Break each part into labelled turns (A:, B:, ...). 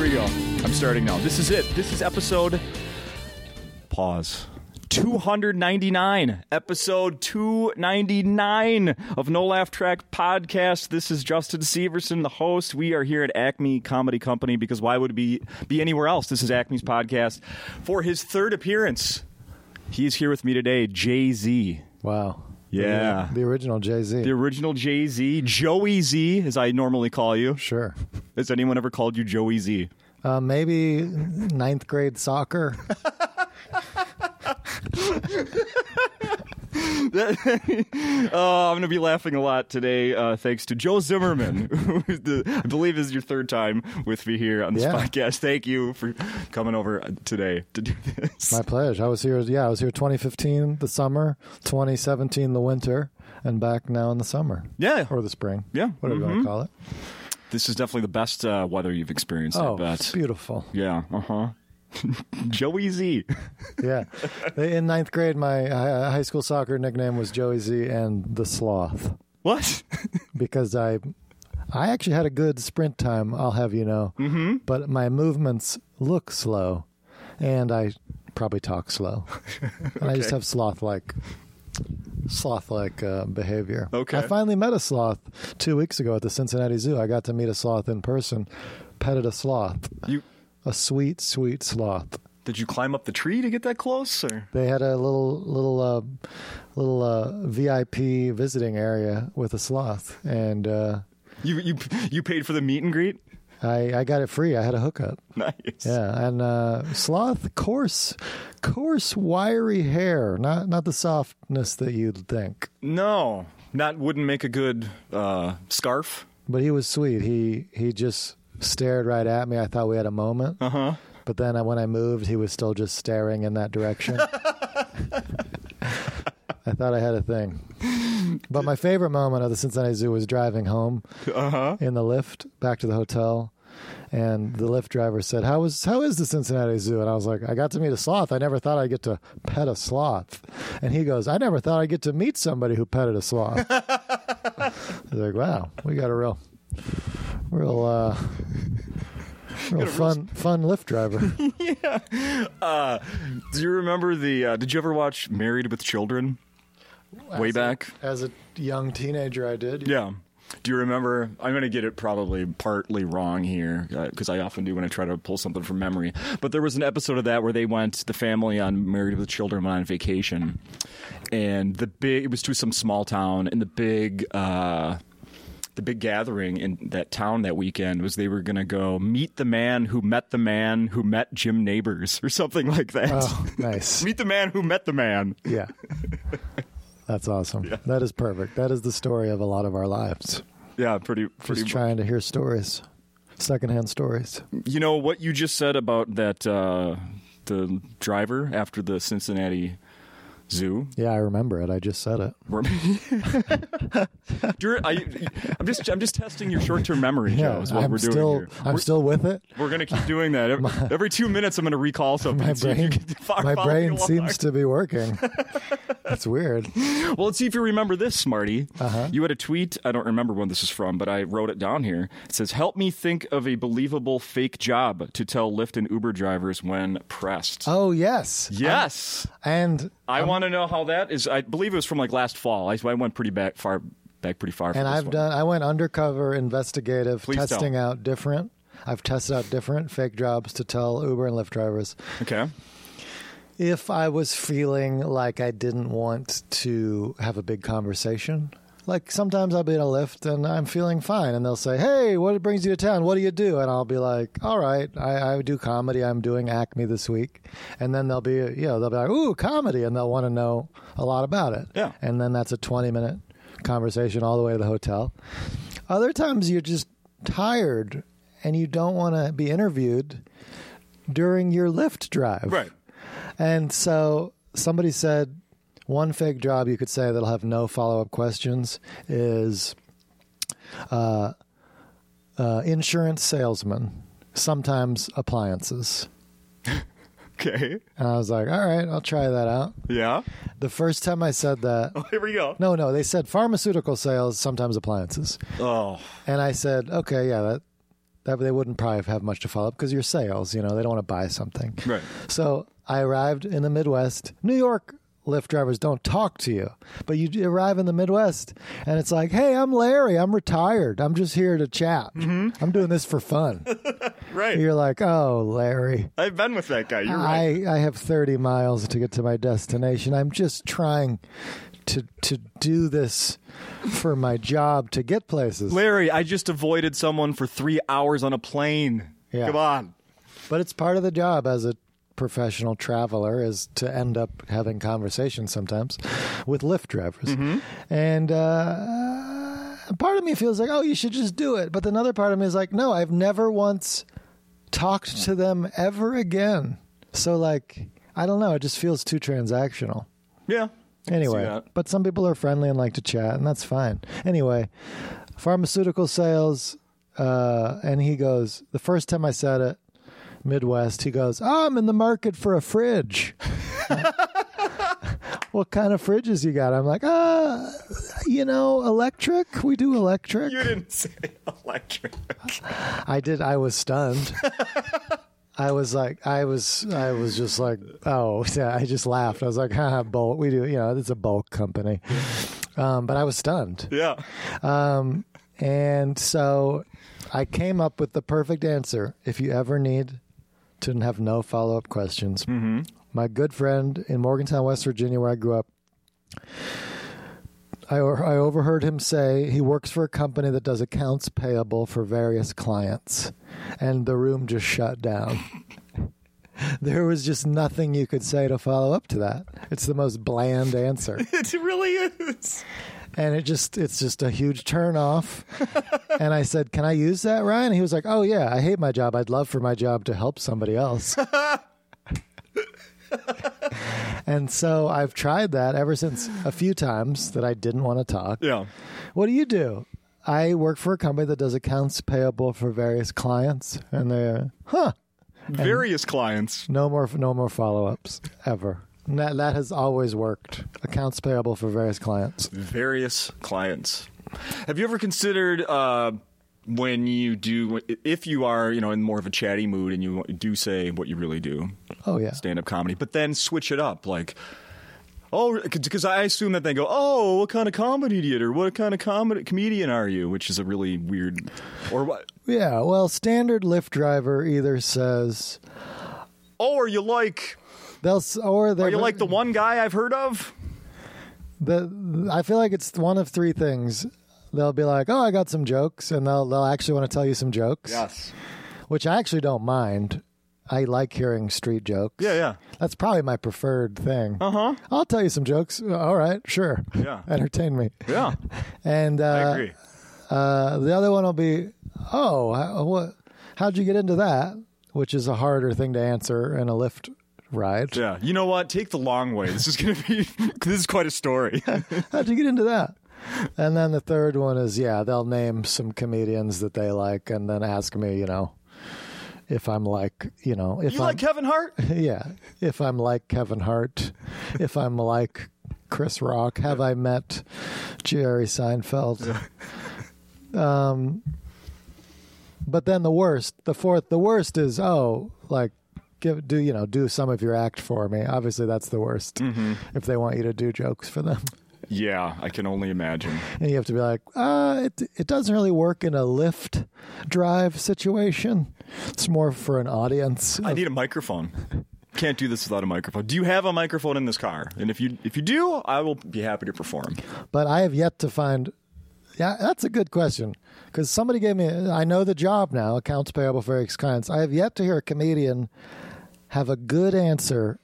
A: we go. I'm starting now. This is it. This is episode. Pause. 299, episode 299 of No Laugh Track Podcast. This is Justin Severson, the host. We are here at Acme Comedy Company because why would we be anywhere else? This is Acme's podcast for his third appearance. He is here with me today, Jay Z.
B: Wow.
A: Yeah.
B: The, the original Jay Z.
A: The original Jay Z, Joey Z, as I normally call you.
B: Sure.
A: Has anyone ever called you Joey Z?
B: Uh, maybe ninth grade soccer.
A: Oh, I'm going to be laughing a lot today, uh, thanks to Joe Zimmerman, who is the, I believe is your third time with me here on this
B: Yeah.
A: podcast. Thank you for coming over uh, today to do this.
B: My pleasure. I was here. Yeah, I was here 2015, the summer, 2017, the winter, and back now in the summer
A: yeah,
B: or the spring.
A: Yeah. Mm-hmm.
B: Whatever you want to call it.
A: this is definitely the best uh, weather you've experienced.
B: Oh,
A: I bet.
B: it's beautiful.
A: yeah, uh huh. Joey Z.
B: Yeah. They- in ninth grade, my hi- high school soccer nickname was Joey Z and the Sloth
A: What?
B: because I. I actually had a good sprint time, I'll have you know, mm-hmm. but my movements look slow, and I probably talk slow, and I just have sloth like sloth like uh, behavior.
A: Okay.
B: I finally met a sloth two weeks ago at the Cincinnati Zoo. I got to meet a sloth in person, petted a sloth,
A: you
B: a sweet sweet sloth.
A: did you climb up the tree to get that close? Or
B: They had a little little uh, little uh, VIP visiting area with a sloth, and uh,
A: you you you paid for the meet and greet?
B: I I got it free. I had a hookup.
A: Nice.
B: Yeah, and uh, sloth, coarse, coarse, wiry hair. Not not the softness that you'd think.
A: No, that wouldn't make a good uh, scarf.
B: But he was sweet. He he just stared right at me. I thought we had a moment.
A: Uh huh.
B: But then I- when I moved, he was still just staring in that direction. I thought I had a thing. But my favorite moment of the Cincinnati Zoo was driving home in the lift back to the hotel. And the lift driver said, "How was how is the Cincinnati Zoo?" And I was like, "I got to meet a sloth. I never thought I'd get to pet a sloth." And he goes, "I never thought I'd get to meet somebody who petted a sloth." I was like, "Wow, we got a real, real, uh, real fun, fun lift driver."
A: Uh, do you remember the? Uh, did you ever watch Married with Children? Way back.
B: As a young teenager, I did.
A: Yeah. Do you remember? I'm going to get it probably partly wrong here because I often do when I try to pull something from memory. But there was an episode of that where they went, the family on Married with Children went on vacation, and the big it was to some small town, and the big uh, the big gathering in that town that weekend was they were going to go meet the man who met the man who met Jim Neighbors or something like that.
B: Oh, nice.
A: meet the man who met the man.
B: yeah. That's awesome. That is perfect. That is the story of a lot of our lives.
A: Yeah, pretty pretty.
B: Just trying to hear stories, secondhand stories.
A: You know what you just said about that uh, the driver after the Cincinnati Zoo.
B: Yeah, I remember it. I just said it.
A: Were- You're- I, am just I'm just testing your short term memory.
B: Yeah,
A: Joe, is what
B: I'm
A: we're doing
B: still,
A: here.
B: I'm still with it.
A: We're gonna keep doing that. Every, every two minutes, I'm gonna recall something.
B: My
A: and see if you
B: brain,
A: can fo-
B: my
A: follow
B: brain
A: along.
B: seems to be working. That's weird.
A: Well, let's see if you remember this, Smarty.
B: Uh-huh.
A: You had a tweet. I don't remember when this is from, but I wrote it down here. It says, "Help me think of a believable fake job to tell Lyft and Uber drivers when pressed."
B: Oh yes,
A: yes.
B: and
A: I want to know how that is. I believe it was from like last fall. I, I went pretty back far back pretty far. for
B: and
A: this
B: I've
A: one.
B: done. I went undercover, investigative,
A: Please tell.
B: testing out different. I've tested out different fake jobs to tell Uber and Lyft drivers
A: okay.
B: if I was feeling like I didn't want to have a big conversation. Like sometimes I'll be in a lift and I'm feeling fine, and they'll say, "Hey, what brings you to town? What do you do?" And I'll be like, "All right, I, I do comedy. I'm doing Acme this week." And then they'll be, you know, they'll be like, "Ooh, comedy," and they'll want to know a lot about it.
A: Yeah.
B: And then that's a 20 minute conversation all the way to the hotel. Other times you're just tired and you don't want to be interviewed during your Lyft drive.
A: Right.
B: And so somebody said one fake job you could say that'll have no follow up questions is uh, uh, insurance salesman, sometimes appliances.
A: Okay.
B: And I was like, all right, I'll try that out.
A: Yeah.
B: The first time I said that,
A: Oh, Here we go.
B: no, no, they said pharmaceutical sales, sometimes appliances.
A: Oh.
B: And I said, okay, yeah, that that they wouldn't probably have much to follow up because your sales, you know, they don't want to buy something.
A: Right.
B: So I arrived in the Midwest. New York Lyft drivers don't talk to you, but you arrive in the Midwest and it's like, hey, I'm Larry. I'm retired. I'm just here to chat.
A: Mm-hmm.
B: I'm doing this for fun.
A: Right.
B: You're like, oh, Larry.
A: I've been with that guy. You're right.
B: I, I have 30 miles to get to my destination. I'm just trying to to do this for my job to get places.
A: Larry, I just avoided someone for three hours on a plane.
B: Yeah.
A: Come on.
B: But it's part of the job as a professional traveler is to end up having conversations sometimes with Lyft drivers. And uh, part of me feels like, oh, you should just do it. But then another part of me is like, no, I've never once talked to them ever again. So, like, I don't know. It just feels too transactional.
A: Yeah.
B: Anyway,
A: that.
B: but some people are friendly and like to chat, and that's fine. Anyway, pharmaceutical sales, uh, and he goes, the first time I said it, Midwest, he goes, oh, I'm in the market for a fridge. what kind of fridges you got? I'm like, uh, you know, electric. We do electric.
A: You didn't say electric.
B: I did. I was stunned. I was like, I was, I was just like, oh, yeah. I just laughed. I was like, ha, bulk. We do, you know, it's a bulk company. Um, but I was stunned.
A: Yeah.
B: And so I came up with the perfect answer. If you ever need to have no follow up questions, my good friend in Morgantown, West Virginia, where I grew up, I, I overheard him say he works for a company that does accounts payable for various clients, and the room just shut down. there was just nothing you could say to follow up to that. It's the most bland answer
A: It really is.
B: and it just it's just a huge turn off and i said can i use that ryan and he was like oh yeah i hate my job i'd love for my job to help somebody else and so i've tried that ever since a few times that i didn't want to talk
A: Yeah.
B: what do you do i work for a company that does accounts payable for various clients and they're huh
A: Various clients.
B: no more no more follow-ups ever And that, that has always worked accounts payable for various clients
A: Various clients. Have you ever considered uh, when you do, if you are, you know, in more of a chatty mood and you do say what you really do,
B: oh yeah
A: stand up comedy, but then switch it up, like. Oh, because I assume that they go, "Oh, what kind of comedy do you do? What kind of comedy comedian are you?" Which is a really weird, or what?
B: Yeah, well, standard Lyft driver either says
A: Oh, are you like?
B: they'll s- or they
A: Are you like the one guy I've heard of?
B: the I feel like it's one of three things. They'll be like, "Oh, I got some jokes," and they'll they'll actually want to tell you some jokes,
A: Yes.
B: which I actually don't mind. I like hearing street jokes.
A: Yeah, yeah.
B: That's probably my preferred thing.
A: Uh huh.
B: I'll tell you some jokes. All right, sure.
A: Yeah.
B: Entertain me.
A: Yeah,
B: And uh,
A: I agree.
B: Uh, the other one will be, oh, how, what? How'd you get into that? Which is a harder thing to answer in a Lyft ride.
A: yeah, you know what? Take the long way. This is gonna be. this is quite a story.
B: How'd you get into that? And then the third one is, yeah, they'll name some comedians that they like and then ask me, you know, if I'm like, you know, if
A: You
B: I'm,
A: like Kevin Hart?
B: yeah, if I'm like Kevin Hart, if I'm like Chris Rock, have I met Jerry Seinfeld? Um, but then the worst, the fourth, the worst is, oh, like, give, do, you know, do some of your act for me. Obviously, that's the worst if they want you to do jokes for them
A: Yeah, I can only imagine.
B: and you have to be like, uh, it it doesn't really work in a lift drive situation. It's more for an audience.
A: I need a microphone. Can't do this without a microphone. Do you have a microphone in this car? And if you if you do, I will be happy to perform.
B: But I have yet to find. Yeah, that's a good question because somebody gave me. I know the job now, accounts payable for ex clients. I have yet to hear a comedian have a good answer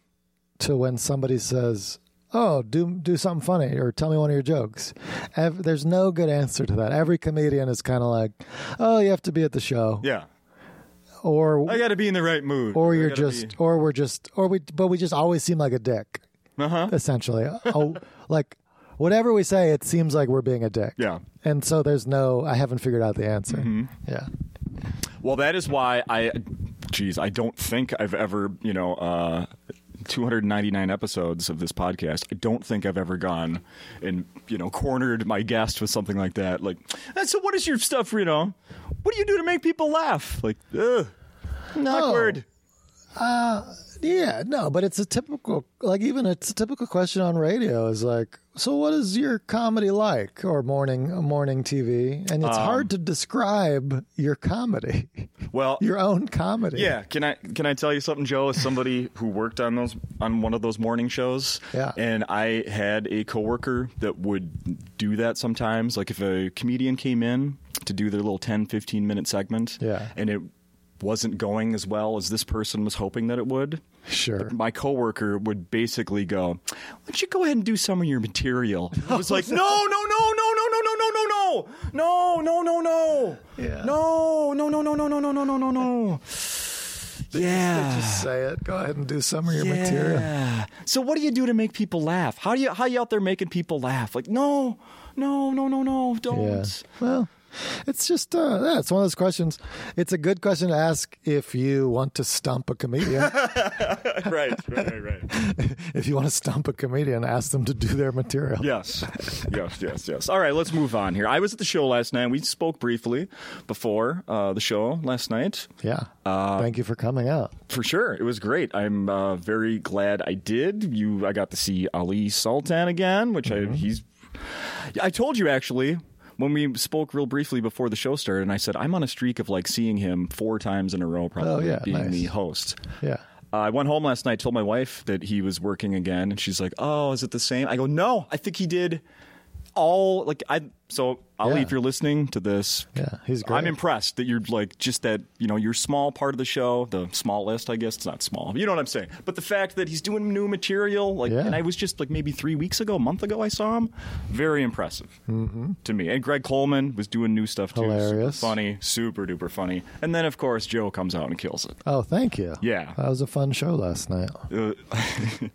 B: to when somebody says. Oh, do do something funny or tell me one of your jokes. Ev- There's no good answer to that. Every comedian is kind of like, "Oh, you have to be at the show,"
A: Yeah,
B: or
A: I got to be in the right mood.
B: or
A: I
B: you're
A: gotta
B: just or we're just or we but we just always seem like a dick
A: be- uh-huh.
B: essentially oh like whatever we say it seems like we're being a dick
A: Yeah. Mm-hmm.
B: and so there's no i haven't figured out the answer yeah
A: Well, that is why I, geez, I don't think I've ever, you know, uh, 299 episodes of this podcast, I don't think I've ever gone and you know cornered my guest with something like that. Like, "Eh, so what is your stuff? You know, what do you do to make people laugh? Like, ugh, awkward.
B: Yeah, no, but it's a typical, like even it's a typical question on radio is like, so what is your comedy like or morning morning TV? And
A: Um,
B: it's hard to describe your comedy,
A: Well,
B: your own comedy.
A: Yeah, can I can I tell you something, Joe? As somebody who worked on those on one of those morning shows,
B: Yeah.
A: and I had a coworker that would do that sometimes. Like if a comedian came in to do their little 10, 15 minute segment,
B: Yeah.
A: and it wasn't going as well as this person was hoping that it would.
B: sure.
A: My coworker would basically go, "Why don't you go ahead and do some of your material?" I was like, "No, no, no, no, no, no, no, no, no, no, no, no, no, no,
B: Yeah.
A: no, no, no, no, no, no, no, no, no, no, no." Yeah.
B: Just say it. Go ahead and do some of your
A: yeah.
B: material.
A: So what do you do to make people laugh? How do you how you out there making people laugh? Like no, no, no, no, no, don't.
B: Yeah. Well, it's just uh, yeah, it's one of those questions. It's a good question to ask if you want to stump a comedian.
A: Right, right, right, right.
B: if you want to stump a comedian, ask them to do their material.
A: Yes, yes, yes, yes. All right, let's move on here. I was at the show last night. We spoke briefly before uh, the show last night.
B: Yeah.
A: Uh,
B: Thank you for coming out.
A: For sure, it was great. I'm uh, very glad I did. You, I got to see Ali Sultan again, which
B: Mm-hmm.
A: I he's. I told you actually when we spoke real briefly before the show started, and I said I'm on a streak of like seeing him four times in a row, probably
B: Oh, yeah,
A: being
B: nice.
A: the host.
B: Yeah.
A: Uh, I went home last night, told my wife that he was working again, and she's like, "Oh, is it the same?" I go, "No, I think he did all like I." So Ali,
B: Yeah.
A: if you're listening to this,
B: Yeah. He's great.
A: I'm impressed that you're like just that you know your small part of the show, the smallest, I guess it's not small. You know what I'm saying? But the fact that he's doing new material, like,
B: Yeah.
A: and I was just like maybe three weeks ago, a month ago, I saw him. Very impressive to me. And Greg Coleman was doing new stuff too.
B: Mm-hmm. Hilarious.
A: super funny, super duper funny. And then of course Joe comes out and kills it.
B: Oh, thank you.
A: Yeah.
B: That was a fun show last night.
A: Uh,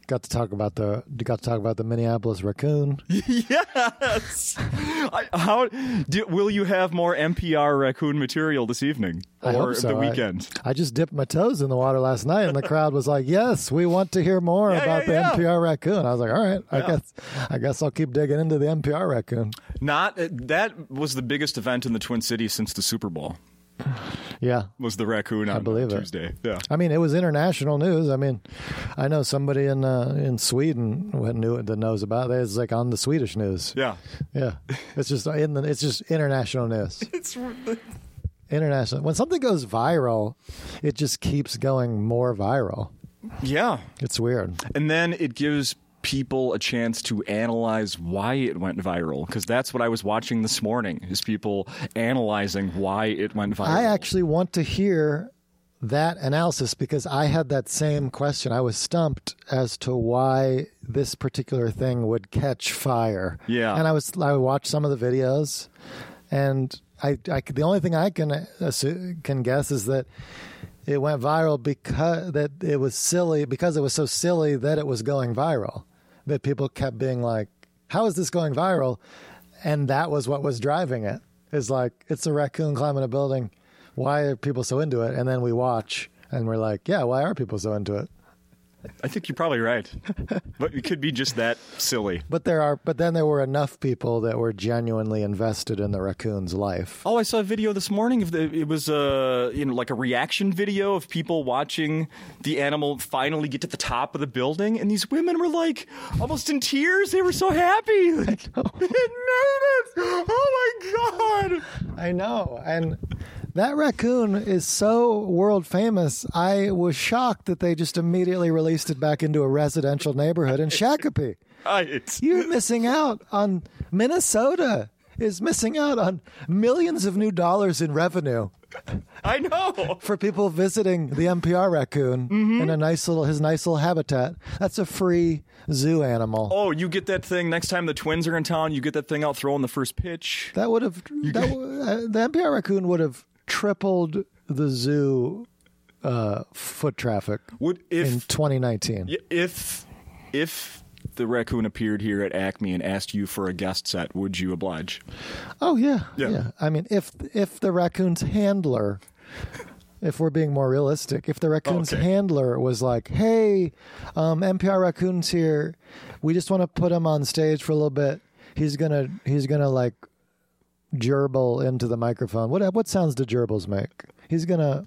B: Got to talk about the got to talk about the Minneapolis raccoon.
A: yes. I, how do, will you have more NPR raccoon material this evening
B: I hope
A: or
B: so.
A: the
B: I-
A: weekend?
B: I, just dipped my toes in the water last night, and the crowd was like, "Yes, we want to hear more
A: Yeah,
B: about
A: yeah, yeah.
B: the NPR raccoon." I was like, "All right, I guess I guess I'll keep digging into the NPR raccoon."
A: Not uh, that was the biggest event in the Twin Cities since the Super Bowl.
B: Yeah,
A: was the raccoon on
B: believe it.
A: Tuesday. Yeah.
B: I mean, it was international news. I mean, I know somebody in uh, in Sweden who knew that knows about it. It's like on the Swedish news.
A: Yeah.
B: Yeah, it's just in the it's just international news.
A: It's
B: international. When something goes viral, it just keeps going more viral.
A: Yeah.
B: It's weird.
A: And then it gives people a chance to analyze why it went viral because that's what I was watching this morning is people analyzing why it went viral.
B: I actually want to hear that analysis because I had that same question. I was stumped as to why this particular thing would catch fire.
A: Yeah.
B: and I was I watched some of the videos, and I, I the only thing I can assu- can guess is that it went viral because that it was silly because it was so silly that it was going viral that people kept being like, "How is this going viral?" And that was what was driving it. Is like it's a raccoon climbing a building. Why are people so into it? And then we watch and we're like, "Yeah, why are people so into it?"
A: I think you're probably right, but it could be just that silly.
B: But there are, but then there were enough people that were genuinely invested in the raccoon's life.
A: Oh, I saw a video this morning of the. It was a you know like a reaction video of people watching the animal finally get to the top of the building, and these women were like almost in tears. They were so happy. Like, it made it. Oh my god!
B: I know. And that raccoon is so world famous. I was shocked that they just immediately released it back into a residential neighborhood in Shakopee.
A: I, it's,
B: You're missing out on Minnesota is missing out on millions of new dollars in revenue
A: I know.
B: for people visiting the NPR raccoon in a nice little his nice little habitat. That's a free zoo animal.
A: Oh, you get that thing next time the twins are in town. You get that thing out throwing the first pitch.
B: That would have that, w- uh, the NPR raccoon would have tripled the zoo uh, foot traffic
A: Would
B: in
A: if
B: 2019.
A: if if the raccoon appeared here at Acme and asked you for a guest set, would you oblige?
B: Oh yeah,
A: Yeah.
B: I mean, if if the raccoon's handler if we're being more realistic, if the raccoon's
A: Okay.
B: handler was like, "Hey, um, NPR raccoon's here. We just want to put him on stage for a little bit. He's gonna he's gonna like gerbil into the microphone. What what sounds do gerbils make? He's gonna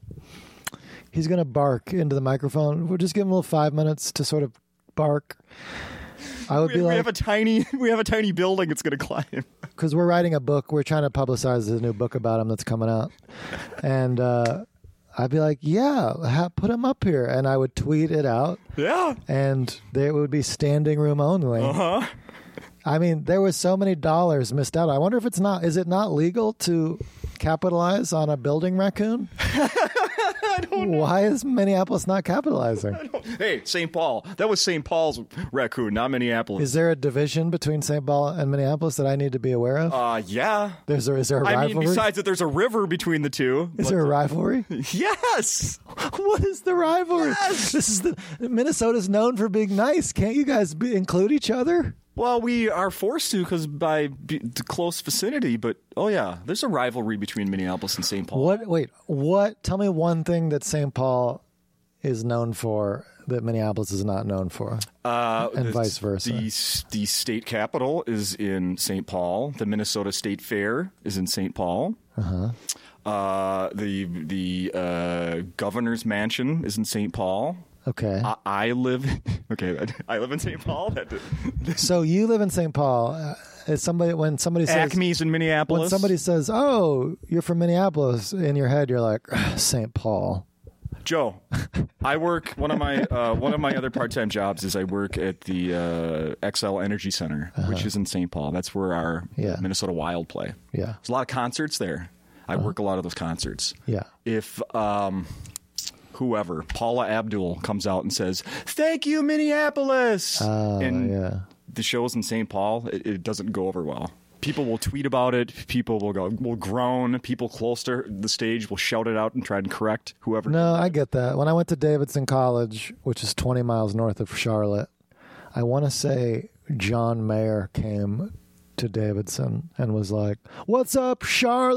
B: he's gonna bark into the microphone. We'll just give him a little five minutes to sort of bark. I would
A: We,
B: be
A: we
B: like,
A: have a tiny we have a tiny building it's going to climb.
B: because we're writing a book. We're trying to publicize the new book about him that's coming out, and uh, I'd be like, "Yeah, ha- put him up here," and I would tweet it out,
A: Yeah.
B: and there would be standing room only.
A: Huh?
B: I mean, there was so many dollars missed out. I wonder if it's not—is it not legal to capitalize on a building raccoon? Why is Minneapolis not capitalizing?
A: Hey, St. Paul. That was St. Paul's raccoon, not Minneapolis.
B: Is there a division between St. Paul and Minneapolis that I need to be aware of?
A: uh yeah.
B: There's a, is there a
A: I mean,
B: rivalry?
A: besides that, there's a river between the two.
B: is there a rivalry?
A: Yes.
B: What is the rivalry? This is the Minnesota's known for being nice. Can't you guys be, include each other?
A: Well, we are forced to because by b- the close vicinity. But oh yeah, there's a rivalry between Minneapolis and St. Paul.
B: What? Wait. What? Tell me one thing that St. Paul is known for that Minneapolis is not known for,
A: Uh,
B: and
A: the-
B: vice versa.
A: The s- the state capital is in St. Paul. The Minnesota State Fair is in St. Paul. Uh-huh. the the uh, governor's mansion is in St. Paul.
B: okay.
A: I, I live okay. that- I live in St. Paul. That,
B: so you live in St. Paul. Uh, Is somebody when somebody says
A: Acme's in Minneapolis.
B: when somebody says, "Oh, you're from Minneapolis," in your head you're like "Ugh, St. Paul.
A: Joe, I work one of my uh, one of my other part time jobs is I work at the uh, XL Energy Center, which is in St. Paul. That's where our
B: Uh-huh. Yeah.
A: Minnesota Wild play.
B: Yeah.
A: There's a lot of concerts there. I
B: Uh-huh.
A: work a lot of those concerts.
B: Yeah.
A: If um, whoever Paula Abdul comes out and says, "Thank you, Minneapolis,"
B: Oh,
A: and
B: yeah.
A: the shows in St. Paul, it, it doesn't go over well. People will tweet about it. People will go, will groan. People close to the stage will shout it out and try and correct whoever.
B: No, I get that. When I went to Davidson College, which is 20 miles north of Charlotte, I want to say John Mayer came to Davidson and was like, "What's up,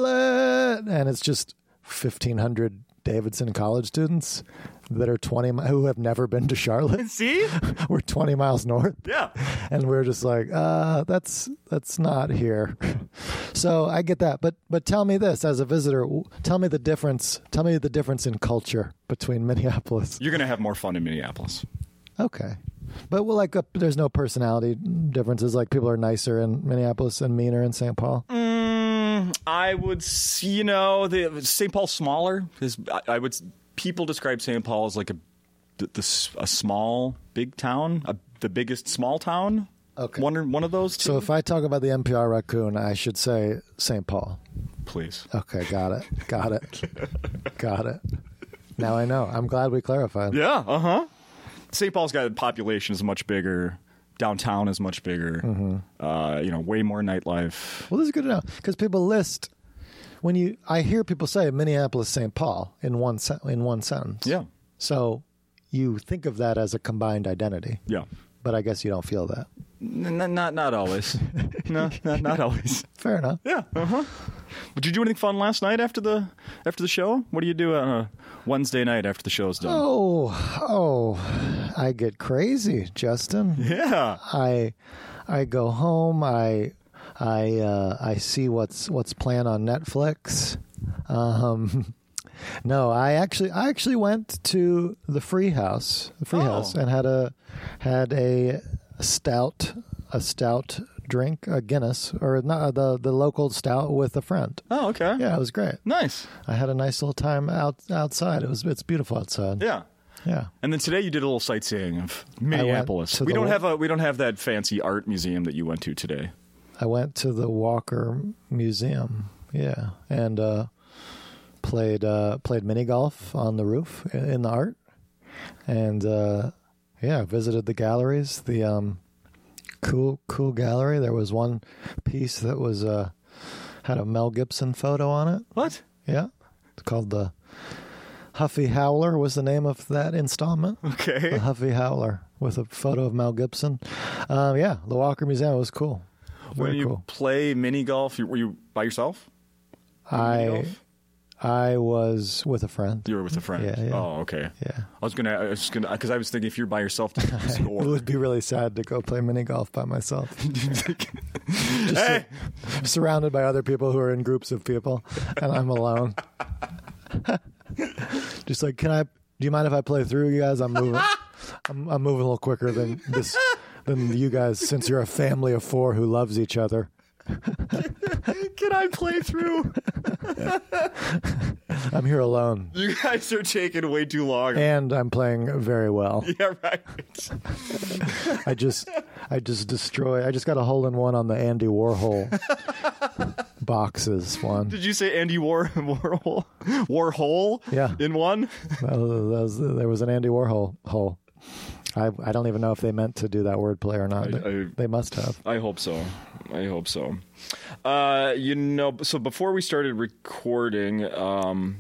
B: Charlotte?" And it's just 1500 Davidson College students that are 20 mi- who have never been to Charlotte.
A: See?
B: we're 20 miles north.
A: Yeah.
B: and we're just like, uh, that's that's not here. so I get that, but but tell me this as a visitor, w- tell me the difference. Tell me the difference in culture between Minneapolis.
A: You're going to have more fun in Minneapolis.
B: Okay, but well, like uh, there's no personality differences. Like people are nicer in Minneapolis and meaner in St. Paul.
A: I would, s- you know, the St. Paul's smaller. Is, I, I would, s- people describe St. Paul as like a, the, the s- a small, big town, a, the biggest small town.
B: Okay.
A: One, or- one of those two.
B: So if I talk about the NPR raccoon, I should say St. Paul.
A: Please.
B: Okay, got it, got it, got it. Now I know. I'm glad we clarified.
A: Yeah, uh huh. St. Paul's got a population is much bigger. Downtown is much bigger.
B: Mm-hmm.
A: Uh, you know, way more nightlife.
B: Well, this is good to know because people list when you. I hear people say Minneapolis, St. Paul in one sen- in one sentence.
A: Yeah.
B: So you think of that as a combined identity,
A: Yeah.
B: but I guess you don't feel that.
A: N- n- not, not always. no, not, not always.
B: Fair enough.
A: Yeah. Uh
B: Uh-huh.
A: huh. Did you do anything fun last night after the after the show? What do you do on a Wednesday night after the show's done?
B: Oh, oh, I get crazy, Justin.
A: Yeah.
B: I I go home. I I uh, I see what's what's planned on Netflix. Um, no, I actually I actually went to the Free House, the Free
A: Oh.
B: House, and had a had a stout a stout drink, a Guinness or not the the local stout with a friend.
A: Oh, okay.
B: Yeah, it was great.
A: Nice.
B: I had a nice little time out outside. It was it's beautiful outside.
A: Yeah.
B: yeah.
A: And then today you did a little sightseeing of Minneapolis.
B: to
A: We
B: the-
A: don't have a we don't have that fancy art museum that you went to today.
B: I went to the Walker Museum, yeah, and uh, played uh, played mini golf on the roof i- in the art, and uh, yeah, visited the galleries. The um, cool cool gallery. There was one piece that was uh, had a Mel Gibson photo on it.
A: What?
B: Yeah, it's called the Huffy Howler was the name of that installment.
A: Okay.
B: The Huffy Howler with a photo of Mel Gibson. Um, yeah, the Walker Museum was cool. Very
A: when you
B: cool.
A: play mini golf, you, were you by yourself?
B: I
A: golf?
B: I was with a friend.
A: You were with a friend.
B: Yeah, yeah.
A: Oh, okay.
B: Yeah.
A: I was gonna, I was gonna, because I was thinking if you're by yourself, to
B: It
A: score.
B: would be really sad to go play mini golf by myself,
A: hey,
B: surrounded by other people who are in groups of people, and I'm alone. Just like, can I? Do you mind if I play through, you guys? I'm moving. I'm, I'm moving a little quicker than this than you guys, since you're a family of four who loves each other.
A: can I play through?
B: I'm here alone,
A: You guys are taking way too long.
B: and I'm playing very well.
A: yeah, right.
B: I just, I just destroy. I just got a hole in one on the Andy Warhol boxes one.
A: Did you say Andy War Warhol? Warhol?
B: Yeah.
A: In one?
B: That was, that was- there was an Andy Warhol hole. I, I don't even know if they meant to do that wordplay or not.
A: I- I-
B: they must have.
A: I hope so. I hope so. Uh, you know, so before we started recording, um,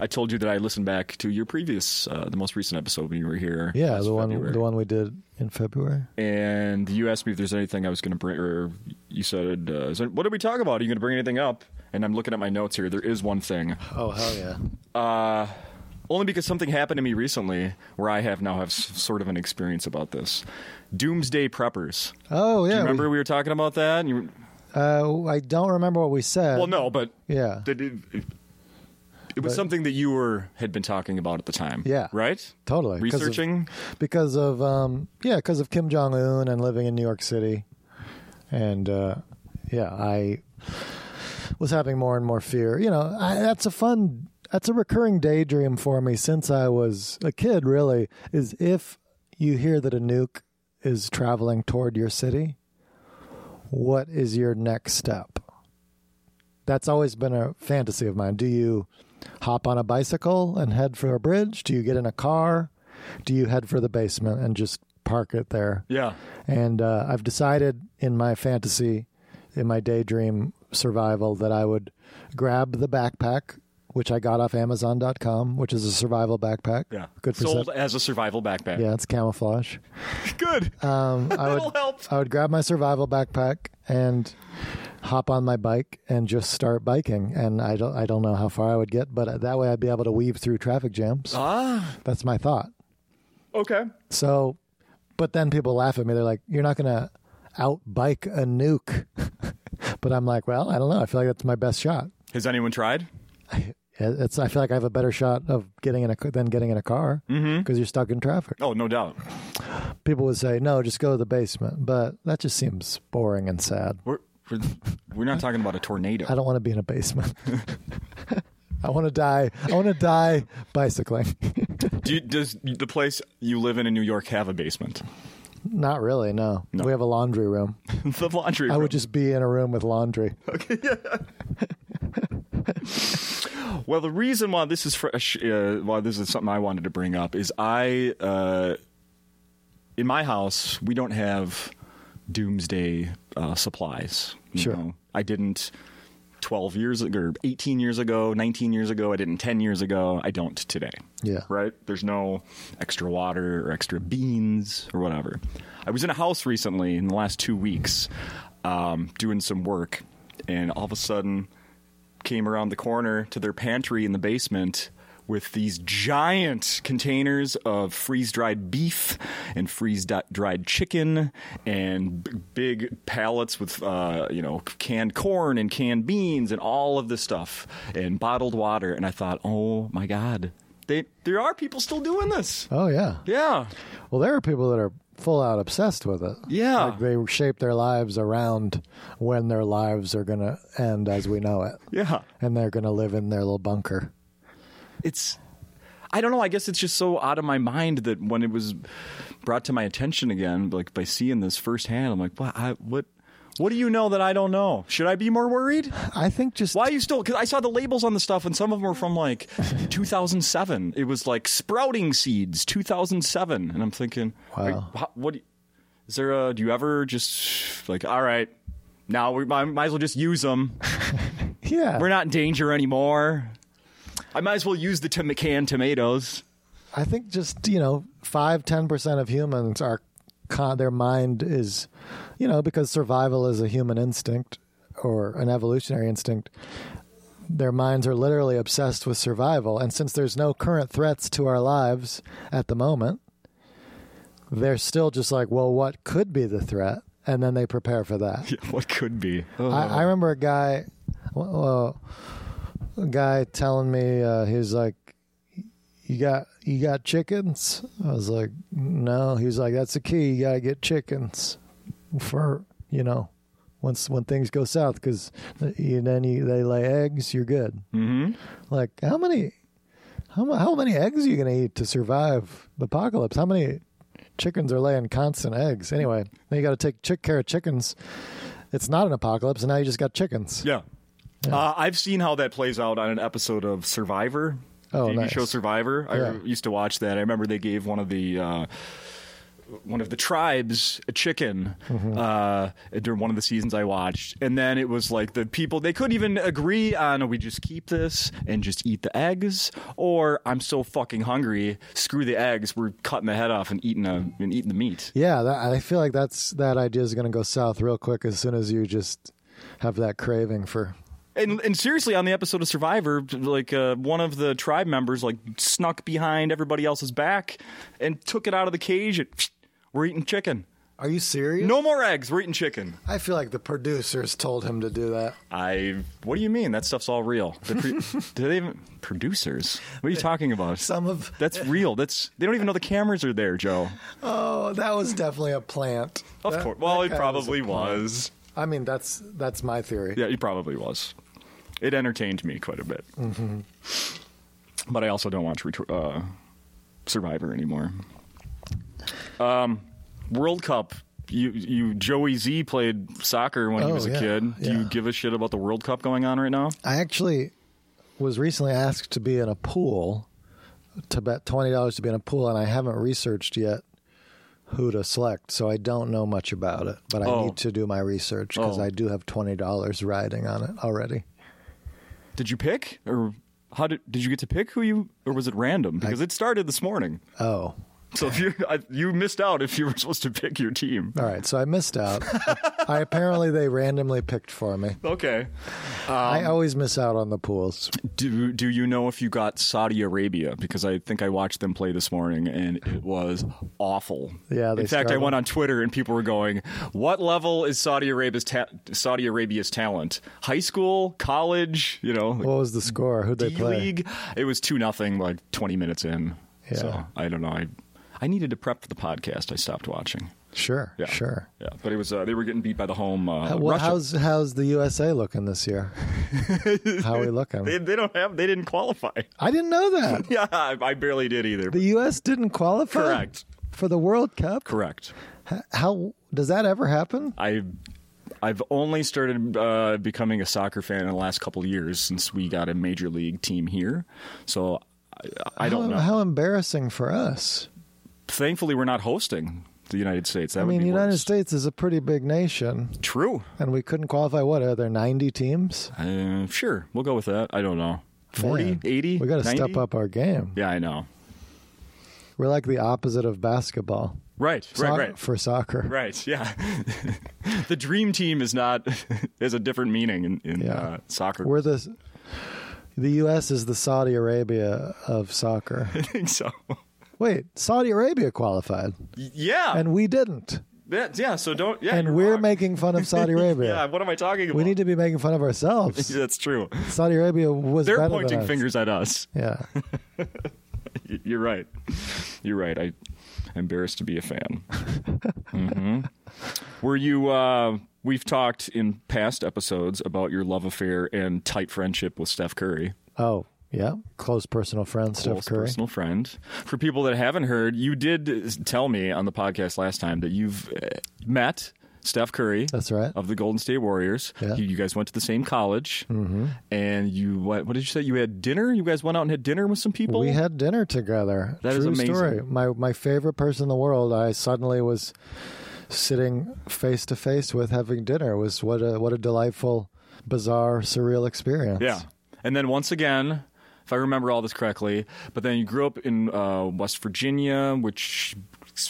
A: I told you that I listened back to your previous, uh, the most recent episode when you were here.
B: Yeah,
A: last
B: the one
A: February.
B: the one we did in February.
A: And you asked me if there's anything I was going to bring, or you said, uh, is there- "What did we talk about? Are you going to bring anything up?" And I'm looking at my notes here. There is one thing.
B: Oh hell yeah!
A: Uh, only because something happened to me recently where I have now have s- sort of an experience about this. Doomsday preppers.
B: Oh
A: Do
B: yeah.
A: you remember we were talking about that? You,
B: we- uh, I don't remember what we said.
A: well, no, but
B: Yeah.
A: that it, it, it was
B: But-
A: something that you were had been talking about at the time.
B: Yeah.
A: Right?
B: Totally. 'Cause of-
A: Researching?
B: because of um yeah because of Kim Jong Un and living in New York City, and uh, yeah I was having more and more fear. You know I, that's a fun that's a recurring daydream for me since I was a kid. Really is if you hear that a nuke is traveling toward your city, what is your next step? That's always been a fantasy of mine. Do you hop on a bicycle and head for a bridge? Do you get in a car? Do you head for the basement and just park it there?
A: Yeah.
B: And uh, I've decided in my fantasy, in my daydream survival, that I would grab the backpack, which I got off Amazon.com, which is a survival backpack.
A: Yeah.
B: Good for
A: Sold
B: sep-
A: as a survival backpack.
B: Yeah, it's camouflage.
A: Good.
B: Um, I
A: That'll
B: would
A: help.
B: I would grab my survival backpack and hop on my bike and just start biking. And I don't I don't know how far I would get, but that way I'd be able to weave through traffic jams.
A: Ah.
B: That's my thought.
A: Okay.
B: So, but then people laugh at me. They're like, "You're not gonna out bike a nuke," but I'm like, "Well, I don't know. I feel like that's my best shot.
A: Has anyone tried?
B: It's I feel like I have a better shot of getting in a than getting in a car because you're stuck in traffic."
A: Oh, no doubt.
B: People would say, "No, just go to the basement," but that just seems boring and sad.
A: We're we're, we're not talking about a tornado.
B: I don't want to be in a basement. I want to die. I want to die bicycling.
A: Do you, does the place you live in in New York have a basement?
B: Not really. No. we have a laundry room.
A: the laundry
B: I
A: room.
B: would just be in a room with laundry.
A: Well, the reason why this is fresh, uh, why this is something I wanted to bring up is I, uh, in my house, we don't have doomsday uh, supplies. you
B: Sure.
A: know. I didn't 12 years ago, or 18 years ago, 19 years ago. I didn't 10 years ago. I don't today.
B: Yeah.
A: Right? There's no extra water or extra beans or whatever. I was in a house recently in the last two weeks um, doing some work, and all of a sudden, came around the corner to their pantry in the basement with these giant containers of freeze dried beef and freeze dried chicken and b- big pallets with, uh, you know, canned corn and canned beans and all of this stuff and bottled water. And I thought, oh my God, they, there are people still doing this.
B: Oh yeah.
A: Yeah.
B: Well, there are people that are full out obsessed with it.
A: Yeah.
B: Like they shape their lives around when their lives are going to end as we know it.
A: Yeah.
B: And they're going to live in their little bunker.
A: it's I don't know. I guess it's just so out of my mind that when it was brought to my attention again, like by seeing this firsthand, I'm like, what? I, what? What do you know that I don't know? Should I be more worried?
B: I think just
A: Why are you still? Because I saw the labels on the stuff, and some of them were from like 2007. It was like sprouting seeds, 2007, and I'm thinking, like,
B: Wow.
A: wha- what? do you- Is there a? Do you ever just like, all right, now we might, might as well just use them.
B: yeah.
A: We're not in danger anymore. I might as well use the Tim McCann tomatoes.
B: I think just you know five ten percent of humans are con- their mind is you know because survival is a human instinct or an evolutionary instinct. their minds are literally obsessed with survival. And since there's no current threats to our lives at the moment, they're still just like, well, what could be the threat? And then they prepare for that.
A: Yeah, what could be?
B: I, I remember a guy, well, a guy telling me uh, he was like, "You got you got chickens?" I was like, "No." He was like, "That's the key. You gotta get chickens for you know." Once when things go south, because then you, they lay eggs, you're good.
A: mm-hmm.
B: Like how many, how, mu- how many eggs are you gonna eat to survive the apocalypse? How many chickens are laying constant eggs? Anyway, then you got to take chick care of chickens. It's not an apocalypse, and now you just got chickens.
A: Yeah. Uh, I've seen how that plays out on an episode of Survivor.
B: Oh,
A: the TV
B: nice.
A: show Survivor. I
B: Yeah.
A: re- used to watch that. I remember they gave one of the uh, one of the tribes a chicken
B: Mm-hmm.
A: uh, during one of the seasons I watched, and then it was like the people they could even agree on "Oh, we just keep this and just eat the eggs, or I'm so fucking hungry, screw the eggs, we're cutting the head off and eating a, and eating the meat.
B: Yeah, that, I feel like that's that idea is going to go south real quick as soon as you just have that craving for.
A: And, and seriously, on the episode of Survivor, like uh, one of the tribe members like snuck behind everybody else's back and took it out of the cage. And, we're eating chicken.
B: Are you serious?
A: No more eggs. We're eating chicken.
B: I feel like the producers told him to do that.
A: I. What do you mean? That stuff's all real. The pre- do they even producers? What are you talking about?
B: Some of
A: That's real. That's they don't even know the cameras are there, Joe.
B: oh, that was definitely a plant.
A: Of
B: That-
A: course. Well,
B: that
A: it
B: guy was a
A: probably
B: plant.
A: was.
B: I mean, that's that's my theory.
A: Yeah, it probably was. It entertained me quite a bit.
B: Mm-hmm.
A: But I also don't watch retr uh, Survivor anymore. Um, World Cup. You, you Joey Z played soccer when he
B: Oh,
A: was a
B: yeah,
A: kid. Do you
B: yeah.
A: give a shit about the World Cup going on right now?
B: I actually was recently asked to be in a pool to bet twenty dollars to be in a pool, and I haven't researched yet who to select, so I don't know much about it. But I
A: Oh.
B: need to do my research because
A: Oh.
B: I do have twenty dollars riding on it already.
A: Did you pick or how did did you get to pick who you or was it random? Because it started this morning.
B: Oh,
A: So if you I, you missed out if you were supposed to pick your team.
B: all right. So I missed out. I apparently they randomly picked for me.
A: Okay. Um,
B: I always miss out on the pools.
A: Do do you know if you got Saudi Arabia? Because I think I watched them play this morning and it was awful.
B: Yeah, they
A: In fact, I
B: struggled.
A: went on Twitter and people were going, "What level is Saudi Arabia's ta- Saudi Arabia's talent? High school, college? You know,
B: What was the score? Who'd they
A: D
B: play?
A: league? It was two nothing like twenty minutes in.
B: Yeah.
A: So I don't know. I I needed to prep for the podcast. I stopped watching.
B: Sure,
A: Yeah.
B: sure.
A: Yeah, but it was uh, they were getting beat by the home uh,
B: How- well,
A: Russia.
B: how's how's the USA looking this year? How are we looking?
A: they, they don't have. They didn't qualify.
B: I didn't know that.
A: yeah, I, I barely did either.
B: The U.S. didn't qualify.
A: Correct.
B: For the World Cup.
A: Correct.
B: H- How does that ever happen?
A: I I've only started uh, becoming a soccer fan in the last couple of years since we got a major league team here. So I, I don't
B: how,
A: know.
B: How embarrassing for us.
A: Thankfully, we're not hosting the United States. That
B: I
A: would
B: mean,
A: be
B: United
A: worse.
B: States is a pretty big nation,
A: True.
B: and we couldn't qualify. What are there ninety teams?
A: Uh, sure, we'll go with that. I don't know. 40,
B: Man,
A: 80,
B: We got to
A: 90?
B: step up our game.
A: Yeah, I know.
B: We're like the opposite of basketball.
A: Right,
B: Soc-
A: right, right.
B: For soccer.
A: Right, yeah. the dream team is not has a different meaning in, in
B: Yeah.
A: uh, soccer.
B: We're the the U.S. is the Saudi Arabia of soccer.
A: I think so.
B: Wait, Saudi Arabia qualified,
A: Yeah,
B: and we didn't.
A: that, yeah. So don't. Yeah,
B: And
A: you're
B: we're
A: wrong.
B: making fun of Saudi Arabia.
A: Yeah, what am I talking about?
B: We need to be making fun of ourselves.
A: That's true.
B: Saudi Arabia was
A: They're
B: better than
A: pointing
B: us.
A: fingers at us.
B: Yeah,
A: Y- You're right. You're right. I embarrassed to be a fan. hmm Were you? Uh, we've talked in past episodes about your love affair and tight friendship with Steph Curry,
B: Oh, yeah. Close personal friend, Steph
A: close
B: Curry.
A: personal friend. For people that haven't heard, you did tell me on the podcast last time that you've uh, met Steph Curry.
B: That's right.
A: Of the Golden State Warriors,
B: Yeah. Mm-hmm.
A: you, you guys went to the same college, and you what, what did you say? You had dinner. You guys went out and had dinner with some people.
B: We had dinner together.
A: Oh. That
B: True
A: is amazing.
B: story. My my favorite person in the world. I suddenly was sitting face to face with having dinner. It was what a what a delightful, bizarre, surreal experience.
A: Yeah. And then once again, if I remember all this correctly, but then you grew up in uh, West Virginia, which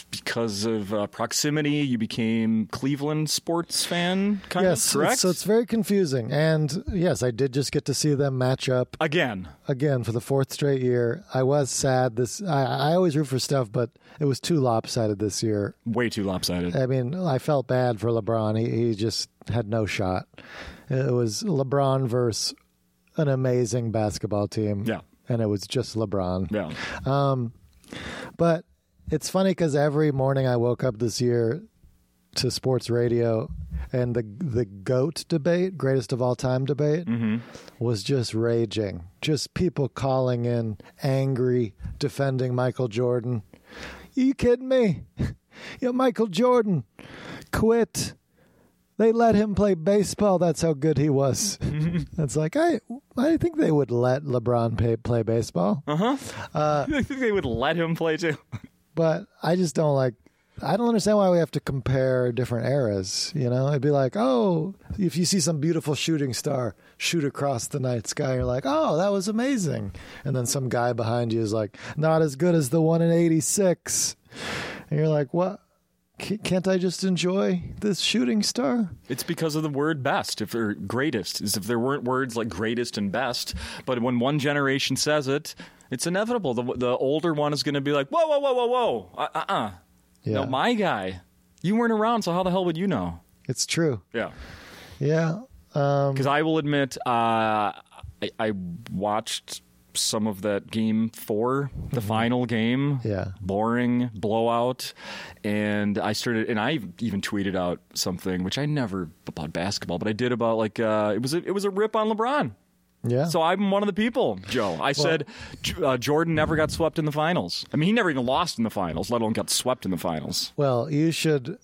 A: because of uh, proximity, you became Cleveland sports fan. Kind
B: yes,
A: of, correct.
B: it's- so it's very confusing. And yes, I did just get to see them match up
A: Again,
B: again for the fourth straight year. I was sad. This I, I always root for stuff, but it was too lopsided this year.
A: way too lopsided.
B: I mean, I felt bad for LeBron. He, he just had no shot. It was LeBron versus an amazing basketball team.
A: Yeah.
B: And it was just LeBron.
A: yeah,
B: But it's funny because every morning I woke up this year to sports radio, and the the goat debate, greatest of all time debate, was just raging. Just people calling in, angry, defending Michael Jordan. you kidding me? Yo, Michael Jordan, quit. They let him play baseball. That's how good he was. it's like I, I think they would let LeBron pay, play baseball. Uh,
A: I think they would let him play too.
B: but I just don't like. I don't understand why we have to compare different eras. You know, it'd be like, oh, if you see some beautiful shooting star shoot across the night sky, you're like, oh, that was amazing. And then some guy behind you is like, not as good as the one in '86. And you're like, what? C- Can't I just enjoy this shooting star?
A: It's because of the word best, if or greatest, is if there weren't words like greatest and best, but when one generation says it, it's inevitable. The, the older one is going to be like, whoa, whoa, whoa, whoa, whoa, uh, uh, uh.
B: Yeah.
A: no, my guy, you weren't around, so how the hell would you know?
B: It's true.
A: Yeah,
B: Yeah.
A: because I will admit, uh, I, I watched some of that game four, the final game.
B: Yeah.
A: boring blowout, and I started, and I even tweeted out something which I never about basketball, but I did about like uh, it was a, it was a rip on LeBron.
B: Yeah.
A: So I'm one of the people, Joe. I said J- uh, Jordan never got swept in the finals. I mean, he never even lost in the finals, let alone got swept in the finals.
B: Well, you should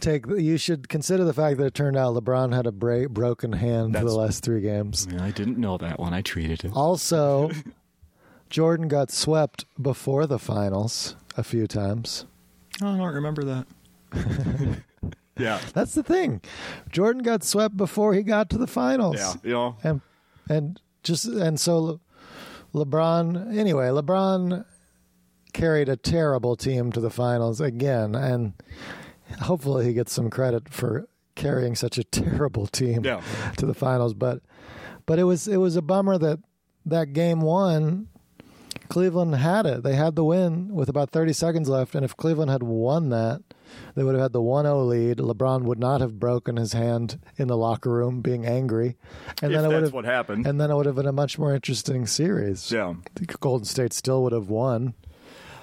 B: take you should consider the fact that it turned out LeBron had a bra- broken hand for
A: That's-
B: the last 3 games.
A: I didn't know that when I tweeted it.
B: Also, Jordan got swept before the finals a few times.
A: Oh, I don't remember that. yeah,
B: That's the thing. Jordan got swept before he got to the finals.
A: yeah, you know,
B: And and just and so Le- LeBron anyway, LeBron carried a terrible team to the finals again and hopefully he gets some credit for carrying such a terrible team
A: Yeah.
B: to the finals but but it was it was a bummer that that game 1 Cleveland had it. They had the win with about 30 seconds left. And if Cleveland had won that, they would have had the 1 0 lead. LeBron would not have broken his hand in the locker room being angry. And
A: if
B: it would
A: that's
B: have,
A: what happened.
B: and then it would have been a much more interesting series.
A: yeah.
B: I think Golden State still would have won,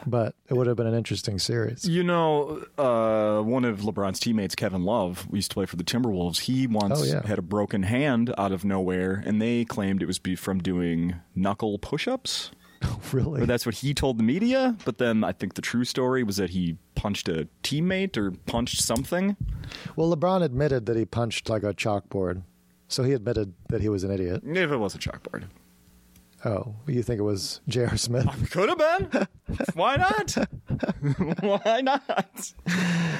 B: but it would have been an interesting series.
A: You know, uh, one of LeBron's teammates, Kevin Love, who used to play for the Timberwolves. He once
B: Oh, yeah.
A: had a broken hand out of nowhere, and they claimed it was be- from doing knuckle push-ups. Or
B: really?
A: that's what he told the media. But then I think the true story was that he punched a teammate or punched something.
B: Well, LeBron admitted that he punched like a chalkboard. So he admitted that he was an idiot.
A: If it was a chalkboard,
B: Oh, you think it was J.R. Smith?
A: could have been. Why not? Why not?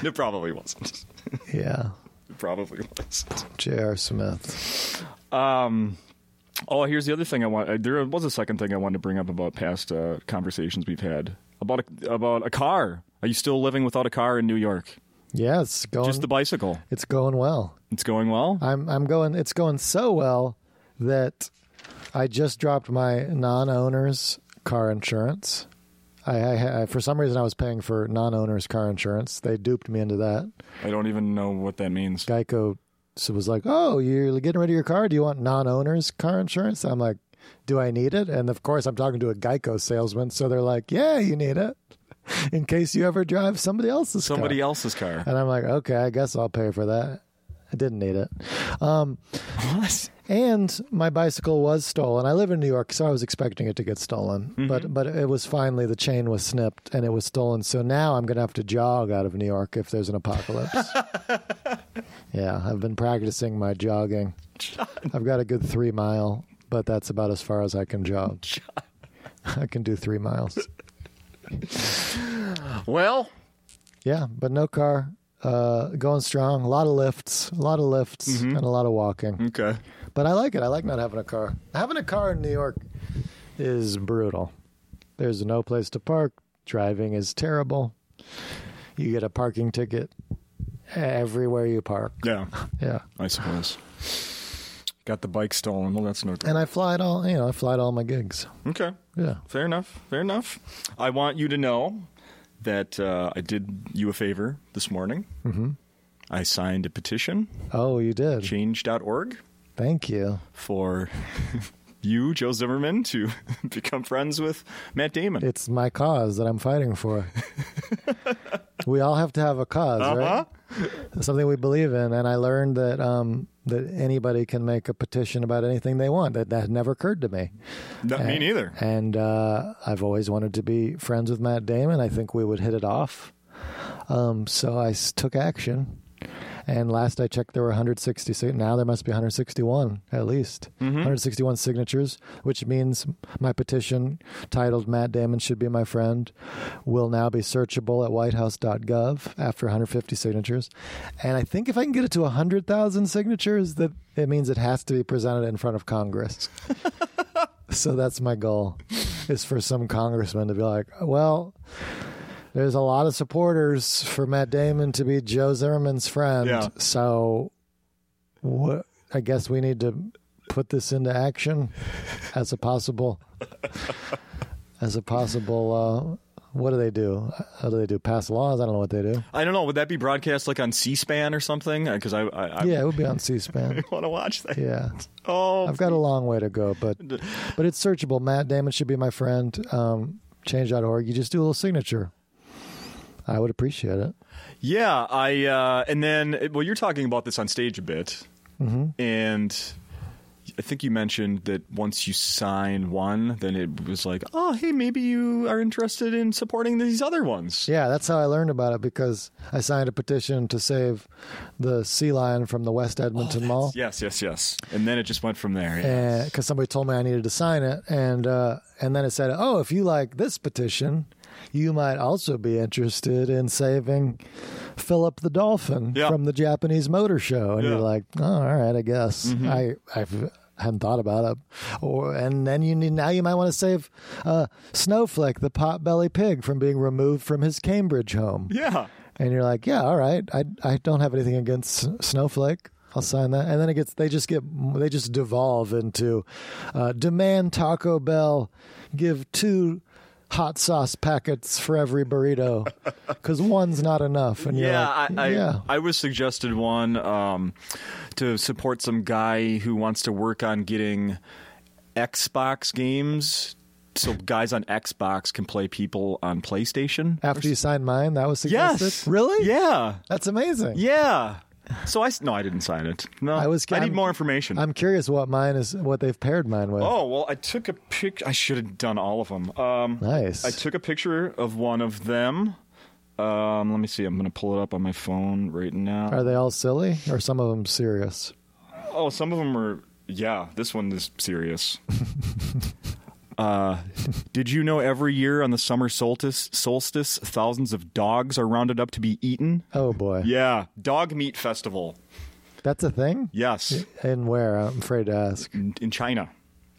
A: It probably wasn't.
B: Yeah,
A: It probably wasn't.
B: J.R. Smith.
A: Oh, here's the other thing I want. uh, There was a second thing I wanted to bring up about past uh, conversations we've had about a, about a car. Are you still living without a car in New York?
B: Yeah, it's going,
A: Just the bicycle.
B: it's going well.
A: It's going well.
B: I'm I'm going. It's going so well that I just dropped my non-owner's car insurance. I, I, I for some reason I was paying for non-owner's car insurance. They duped me into that.
A: I don't even know what that means.
B: Geico s- was like, "Oh, you're getting rid of your car. Do you want non-owner's car insurance?" I'm like, "Do I need it?" And of course, I'm talking to a Geico salesman, so they're like, "Yeah, you need it in case you ever drive somebody else's car."
A: Somebody else's car.
B: And I'm like, "Okay, I guess I'll pay for that." I didn't need it. Um,
A: What?
B: And my bicycle was stolen. I live in New York, so I was expecting it to get stolen. But but it was finally the chain was snipped and it was stolen. So now I'm going to have to jog out of New York if there's an apocalypse. yeah, I've been practicing my jogging. I've got a good 3 mile, but that's about as far as I can jog. I can do 3 miles.
A: Well,
B: Yeah, but no car. Uh, going strong. A lot of lifts, a lot of lifts, and a lot of walking.
A: okay.
B: But I like it. I like not having a car. Having a car in New York is brutal. There's no place to park. Driving is terrible. you get a parking ticket everywhere you park.
A: Yeah,
B: Yeah.
A: I suppose. Got the bike stolen. Well, that's no.
B: And I fly it all, you know, I fly to all my gigs.
A: Okay.
B: Yeah.
A: Fair enough. Fair enough. I want you to know that uh, I did you a favor this morning. Mm-hmm. I signed a petition,
B: Oh, you did.
A: change.org,
B: Thank you.
A: for you, Joe Zimmerman, to become friends with Matt Damon.
B: It's my cause that I'm fighting for. we all have to have a because
A: Uh-huh.
B: Uh-huh. right? Something we believe in. And I learned that um, that anybody can make a petition about anything they want. That that had never occurred to me.
A: Not me neither.
B: And uh, I've always wanted to be friends with Matt Damon. I think we would hit it off. Um, so I s- took action. And last I checked, there were 160. sig- Now there must be 161 at least. 161 signatures, which means my petition titled Matt Damon Should Be My Friend will now be searchable at whitehouse.gov after 150 signatures. And I think if I can get it to 100,000 signatures, that it means it has to be presented in front of Congress. So that's my goal is for some congressman to be like, well, there's a lot of supporters for Matt Damon to be Joe Zimmerman's friend.
A: Yeah.
B: So what I guess we need to put this into action as a possible as a possible uh what do they do? How do they do? Pass laws? I don't know what they do.
A: I don't know. Would that be broadcast like on C-SPAN or something? Because I, I, I
B: Yeah, it would be on C-SPAN.
A: want to watch that.
B: Yeah.
A: Oh,
B: I've got a long way to go, but but it's searchable. Matt Damon should be my friend. Um, change.org. You just do a little signature. I would appreciate it.
A: Yeah, I uh, and then well, you're talking about this on stage a bit,
B: Mm-hmm.
A: and I think you mentioned that once you sign one, then it was like, oh, hey, maybe you are interested in supporting these other ones.
B: Yeah, that's how I learned about it because I signed a petition to save the sea lion from the West Edmonton Mall.
A: Yes, yes, yes. And then it just went from there. yeah.
B: because Eh, somebody told me I needed to sign it, and uh, and then it said, "Oh, if you like this petition, you might also be interested in saving Philip the dolphin
A: Yeah.
B: from the Japanese motor show." And
A: Yeah. Mm-hmm.
B: you're like, "Oh, all right, I guess I I've." hadn't thought about it, or and then you need now you might want to save uh, Snowflake the pot-belly pig from being removed from his Cambridge home.
A: Yeah.
B: And you're like, yeah, all right. I I don't have anything against S- Snowflake. I'll sign that. And then it gets they just get they just devolve into uh, demand Taco Bell give two hot sauce packets for every burrito because one's not enough. And you're
A: Yeah,
B: like,
A: I, I,
B: yeah.
A: I was suggested one um, to support some guy who wants to work on getting Xbox games so guys on Xbox can play people on PlayStation.
B: After you signed mine, that was suggested.
A: Yes.
B: really?
A: Yeah.
B: that's amazing.
A: Yeah. So I s- no, I didn't sign it. No,
B: I was-
A: I need
B: I'm-
A: more information.
B: I'm curious what mine is, what they've paired mine with.
A: oh well, I took a pic. I should have done all of them. Um,
B: nice.
A: I took a picture of one of them. Um, let me see. I'm gonna pull it up on my phone right now.
B: Are they all silly or some of them serious?
A: Oh, some of them are. Yeah, this one is serious. uh, did you know every year on the summer solstice, solstice, thousands of dogs are rounded up to be eaten?
B: Oh boy,
A: Yeah, dog meat festival.
B: that's a thing.
A: Yes,
B: And where? I'm afraid to ask.
A: in, in China.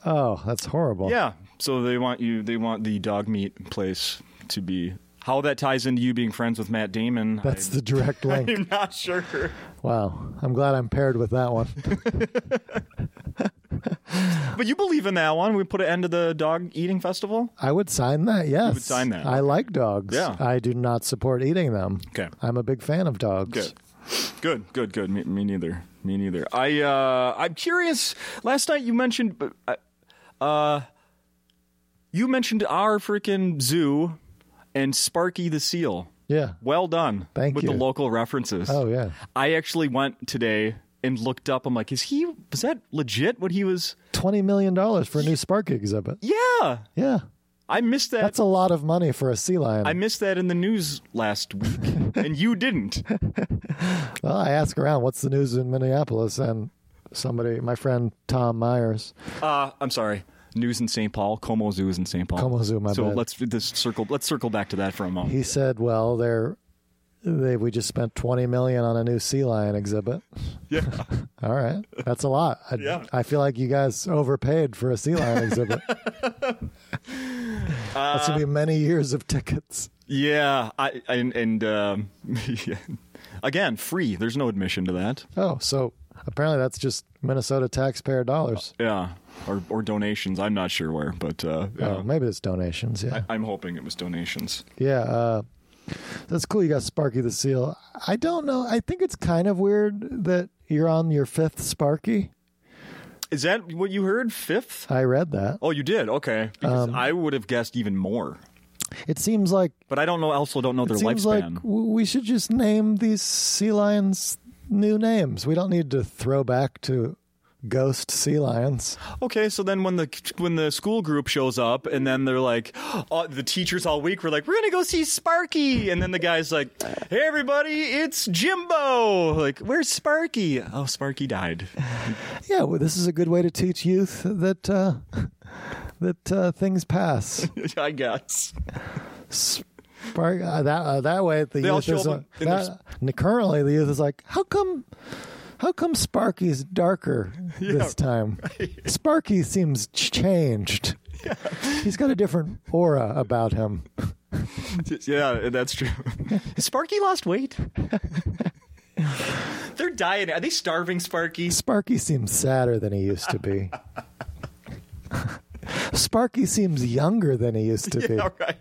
B: Oh, that's horrible.
A: Yeah, so they want you. They want the dog meat place to be. How that ties into you being friends with Matt Damon?
B: That's the direct
A: I,
B: link.
A: I'm not sure.
B: Wow. I'm glad I'm paired with that one.
A: But you believe in that one? We put an end to the dog eating festival.
B: I would sign that, yes.
A: would sign that.
B: I like dogs.
A: Yeah.
B: I do not support eating them.
A: Okay.
B: I'm a big fan of dogs.
A: Good. Good, good, good. Me, me neither. Me neither. I uh I'm curious. Last night you mentioned uh, uh you mentioned our freaking zoo and Sparky the seal.
B: Yeah.
A: Well done.
B: Thank
A: with
B: you.
A: the local references.
B: Oh, yeah.
A: I actually went today and looked up. I'm like, is he was that legit what he was?
B: $20 million for a new Sparky exhibit.
A: Yeah.
B: Yeah.
A: I missed that.
B: That's a lot of money for a sea lion.
A: I missed that in the news last week and you didn't.
B: well, I ask around, what's the news in Minneapolis? And somebody, my friend Tom Myers,
A: Uh, I'm sorry. News in St. Paul. Como Zoo is in St. Paul.
B: Como Zoo, my
A: so
B: bad.
A: let's do this circle. Let's circle back to that for a moment.
B: he said, well, they're. They, we just spent 20 million on a new sea lion exhibit.
A: Yeah,
B: All right, that's a lot. I,
A: Yeah.
B: I feel like you guys overpaid
A: Uh,
B: for a sea lion exhibit. That's gonna be many years of tickets.
A: Yeah, I and, and um, yeah. again, free. There's no admission to that.
B: Oh, so apparently that's just Minnesota taxpayer dollars.
A: Yeah, or or donations. I'm not sure where, but uh, yeah.
B: Oh, maybe it's donations. Yeah,
A: I, I'm hoping it was donations.
B: yeah. Uh, that's cool. You got Sparky the Seal. I don't know. I think it's kind of weird that you're on your fifth Sparky.
A: Is that what you heard? Fifth?
B: I read that.
A: Oh, you did. Okay, because
B: Um,
A: I would have guessed even more,
B: It seems like
A: but I don't know. I Also, don't know their
B: it seems like
A: lifespan.
B: w- we should just name these sea lions new names. We don't need to throw back to ghost sea lions.
A: okay, so then when the when the school group shows up and then they're like, oh, the teachers all week were like, we're gonna go see Sparky, and then the guy's like, hey everybody, it's Jimbo. Like, where's Sparky? Oh, Sparky died.
B: Yeah, well, this is a good way to teach youth that uh, that uh, things pass.
A: I guess.
B: Spark, uh, that uh, that way the
A: They all
B: youth
A: show
B: is
A: up
B: uh,
A: in their s-
B: that- and currently the youth is like, how come, how come Sparky's darker this time? Sparky seems ch- changed. He's got a different aura about him.
A: Yeah, that's true. Has Sparky lost weight? They're dying. Are they starving, Sparky?
B: Sparky seems sadder than he used to be. Sparky seems younger than he used to be.
A: All right.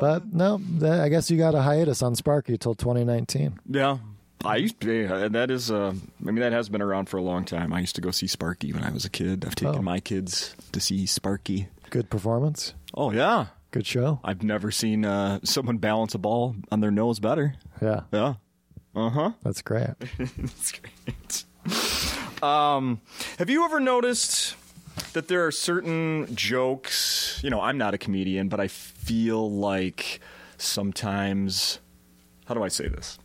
B: But no, th- I guess you got a hiatus on Sparky till 2019.
A: Yeah. I used to be, and that is, uh, I mean, that has been around for a long time. I used to go see Sparky when I was a kid. I've taken
B: Oh.
A: my kids to see Sparky.
B: Good performance.
A: Oh, yeah.
B: Good show.
A: I've never seen uh, someone balance a ball on their nose better.
B: Yeah,
A: Yeah. Uh huh.
B: that's great.
A: That's great. Um, have you ever noticed that there are certain jokes? You know, I'm not a comedian, but I feel like sometimes. How do I say this?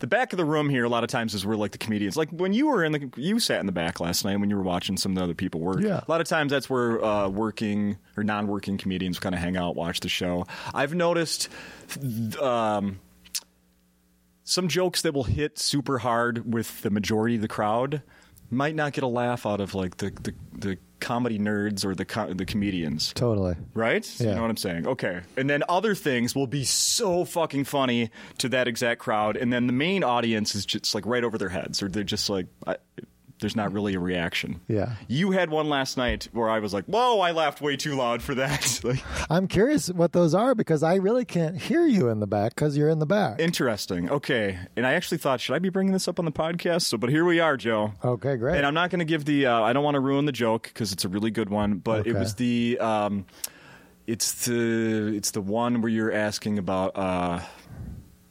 A: The back of the room here, a lot of times, is where like the comedians. Like when you were in the, you sat in the back last night when you were watching some of the other people work.
B: Yeah.
A: A lot of times, that's where uh, working or non-working comedians kind of hang out, watch the show. I've noticed some jokes that will hit super hard with the majority of the crowd might not get a laugh out of like the the, the comedy nerds or the co- the comedians
B: Totally.
A: right you
B: Yeah.
A: know what i'm saying okay and then other things will be so fucking funny to that exact crowd and then the main audience is just like right over their heads or they're just like I, there's not really a reaction
B: Yeah.
A: you had one last night where i was like whoa i laughed way too loud for that like
B: I'm curious what those are because I really can't hear you in the back because you're in the back.
A: interesting okay and i actually thought should i be bringing this up on the podcast so but here we are joe
B: Okay, great.
A: And I'm not going to give the. Uh, I don't want to ruin the joke because it's a really good one. But it
B: Okay.
A: was the. Um, it's the. It's the one where you're asking about. Uh,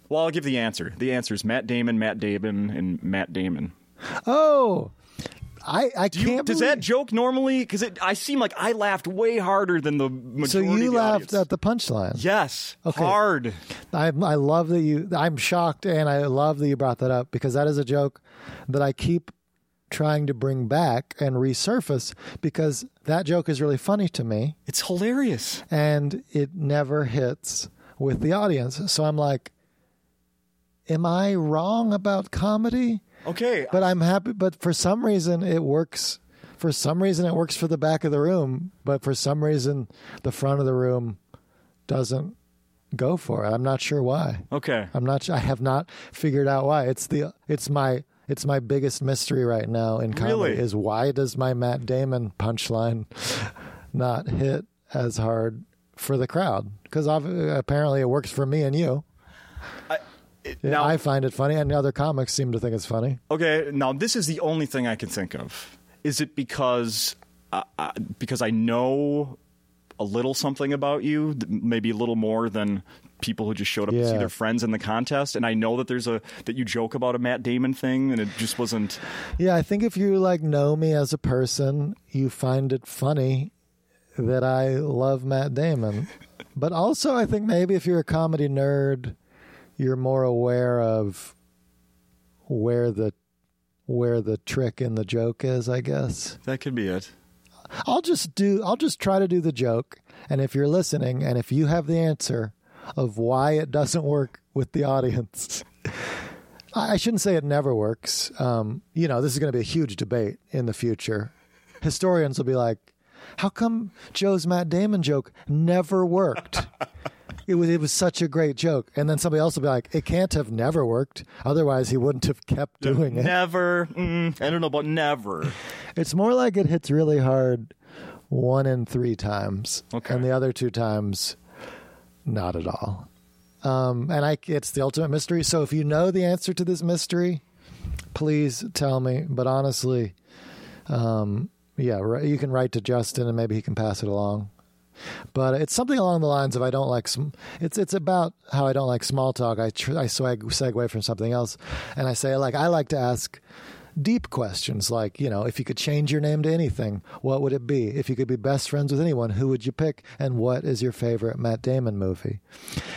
A: well, I'll give the answer. The answer is Matt Damon, Matt Damon, and Matt Damon.
B: oh, I I
A: Do you-
B: can't.
A: does
B: believe-
A: that joke normally? Because it, I seem like I laughed way harder than the
B: So
A: majority.
B: you
A: of the
B: laughed
A: audience.
B: at the punchline.
A: Yes,
B: Okay.
A: hard.
B: I I love that you. I'm shocked and I love that you brought that up because that is a joke that I keep trying to bring back and resurface because that joke is really funny to me
A: It's hilarious.
B: and it never hits with the audience. So I'm like, am I wrong about comedy?
A: Okay,
B: but I'm happy. But for some reason, it works. For some reason, it works for the back of the room, but for some reason, the front of the room doesn't go for it. I'm not sure why.
A: okay.
B: I'm not. su- I have not figured out why. It's the. It's my. It's my biggest mystery right now in comedy
A: Really?
B: is why does my Matt Damon punchline not hit as hard for the crowd? Because apparently it works for me and you.
A: now-
B: I find it funny, and other comics seem to think it's funny.
A: Okay, now this is the only thing I can think of. Is it because uh, uh, because I know a little something about you, th- maybe a little more than people who just showed up to see
B: Yeah.
A: their friends in the contest, and I know that there's a that you joke about a Matt Damon thing, and it just wasn't.
B: Yeah, I think if you like know me as a person, you find it funny that I love Matt Damon. but also, I think maybe if you're a comedy nerd, you're more aware of where the where the trick in the joke is, I guess.
A: That could be it.
B: I'll just do I'll just try to do the joke and if you're listening and if you have the answer of why it doesn't work with the audience I I shouldn't say it never works. Um, you know, this is going to be a huge debate in the future. Historians will be like, how come Joe's Matt Damon joke never worked? it was it was such a great joke. And then somebody else will be like, it can't have never worked. Otherwise, he wouldn't have kept doing it.
A: Never. Mm, I don't know about never.
B: It's more like it hits really hard one in three times,
A: Okay.
B: and the other two times, not at all. Um, and I, it's the ultimate mystery. So if you know the answer to this mystery, please tell me. But honestly, um, yeah, ri- you can write to Justin, and maybe he can pass it along. But it's something along the lines of I don't like. Sm- it's it's about how I don't like small talk. I tr- I swag, segue from something else, and I say like I like to ask deep questions like you know if you could change your name to anything, what would it be? If you could be best friends with anyone, who would you pick? And what is your favorite Matt Damon movie?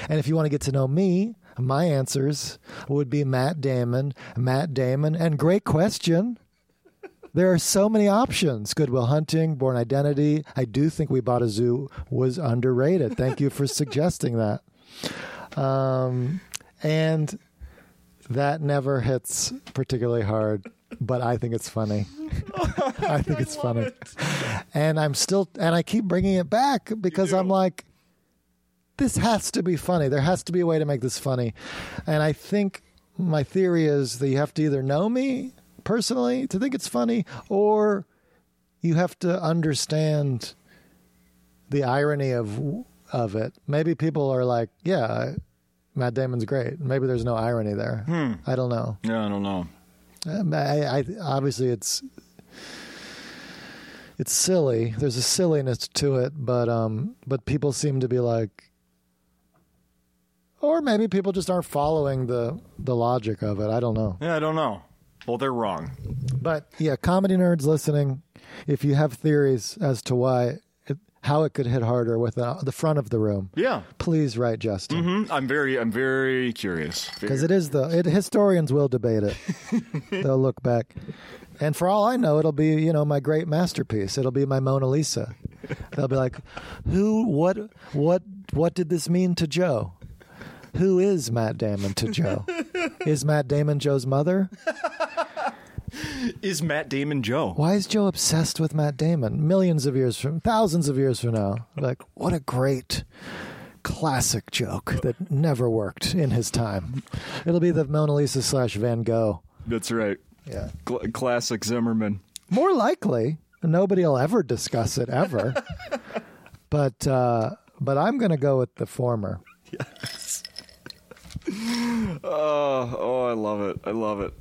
B: And if you want to get to know me, my answers would be Matt Damon, Matt Damon, and great question. There are so many options. Goodwill Hunting, Born Identity. I do think We Bought a Zoo was underrated. Thank you for suggesting that. Um, and that never hits particularly hard, but I think it's funny. I think it's funny. And I'm still, and I keep bringing it back because I'm like, this has to be funny. There has to be a way to make this funny. And I think my theory is that you have to either know me personally to think it's funny or you have to understand the irony of of it. Maybe people are like, yeah, Matt Damon's great. Maybe there's no irony there. I don't know.
A: Yeah, I don't know.
B: Um, I, I obviously it's it's silly. There's a silliness to it, but um, but people seem to be like, or maybe people just aren't following the the logic of it. I don't know.
A: Yeah, I don't know. Well, they're wrong.
B: But yeah, comedy nerds listening, if you have theories as to why it, how it could hit harder with the, the front of the room,
A: Yeah.
B: please write Justin
A: Hmm, I'm very, I'm very curious.
B: because it is the it, historians will debate it. They'll look back, and for all I know, it'll be you know my great masterpiece. It'll be my Mona Lisa. They'll be like, who, what, what, what did this mean to Joe? Who is Matt Damon to Joe? Is Matt Damon Joe's mother?
A: Is Matt Damon Joe?
B: why is Joe obsessed with Matt Damon? Millions of years from, thousands of years from now, like what a great classic joke that never worked in his time. It'll be the Mona Lisa slash Van Gogh.
A: That's right.
B: Yeah,
A: Cl- classic Zimmerman.
B: more likely nobody will ever discuss it ever. but uh, but I'm gonna go with the former.
A: Oh, oh, I love it. I love it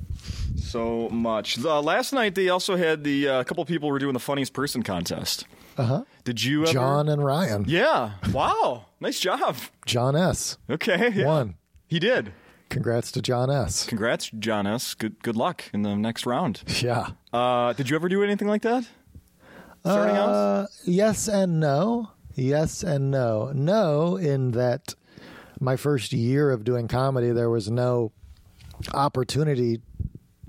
A: so much. The, uh, last night they also had the uh, a couple people were doing the funniest person contest. Uh huh. Did you ever?
B: Uh-huh. John and Ryan.
A: Yeah. Wow. nice job.
B: John S.
A: Okay. yeah.
B: One.
A: He did.
B: Congrats to John S.
A: Congrats, John S. Good good luck in the next round.
B: Yeah.
A: Uh, did you ever do anything like that? Starting out?
B: Uh, yes and no. Yes and no. No, in that my first year of doing comedy, there was no opportunity.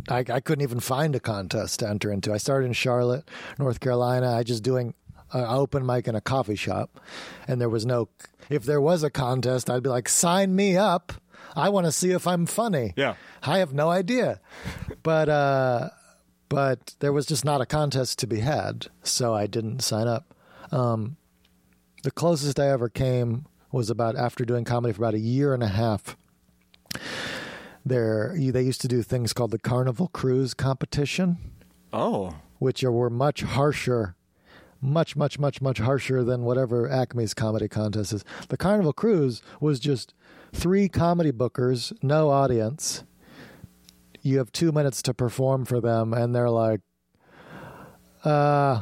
B: I, I couldn't even find a contest to enter into. I started in Charlotte, North Carolina. I just doing an open mic in a coffee shop, and there was no. If there was a contest, I'd be like, sign me up. I want to see if I'm funny.
A: Yeah.
B: I have no idea, but uh, but there was just not a contest to be had, so I didn't sign up. Um, the closest I ever came was about after doing comedy for about a year and a half. There, you- they used to do things called the Carnival Cruise competition,
A: Oh.
B: which are, were much harsher, much, much, much, much harsher than whatever Acme's comedy contest is. The Carnival Cruise was just three comedy bookers, no audience. You have two minutes to perform for them, and they're like, uh,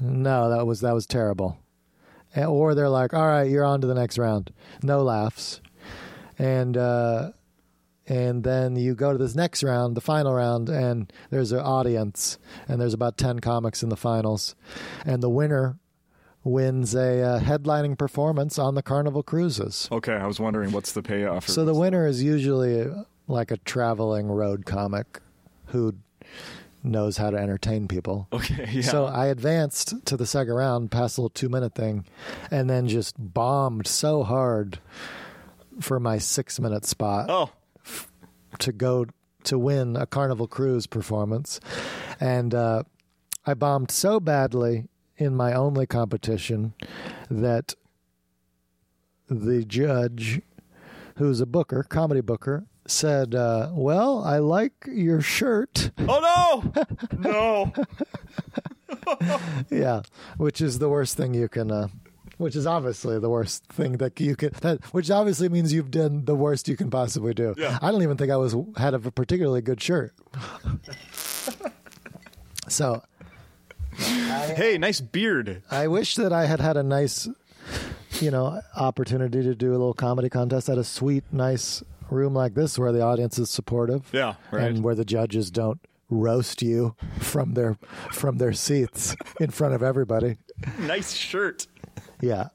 B: no, that was that was terrible. And- Or they're like, all right, you're on to the next round. No laughs. And uh, and then you go to this next round, the final round, and there's an audience, and there's about ten comics in the finals, and the winner wins a uh, headlining performance on the Carnival cruises.
A: Okay. I was wondering what's the payoff.
B: So the winner is usually uh, like a traveling road comic who knows how to entertain people.
A: okay. Yeah.
B: So I advanced to the second round, past the little two minute thing, and then just bombed so hard for my six minute spot
A: oh.
B: to go to win a Carnival Cruise performance. And uh, I bombed so badly in my only competition that the judge, who's a booker, comedy booker, said, uh, "Well, I like your shirt."
A: Oh no, no.
B: yeah, which is the worst thing you can. Uh, which is obviously the worst thing that you could. That, which obviously means you've done the worst you can possibly do.
A: Yeah.
B: I don't even think I was had a particularly good shirt. so
A: Hey, nice beard.
B: I wish that I had had a nice, you know, opportunity to do a little comedy contest at a sweet, nice room like this where the audience is supportive.
A: Yeah, right.
B: And where the judges don't roast you from their from their seats in front of everybody.
A: Nice shirt.
B: Yeah.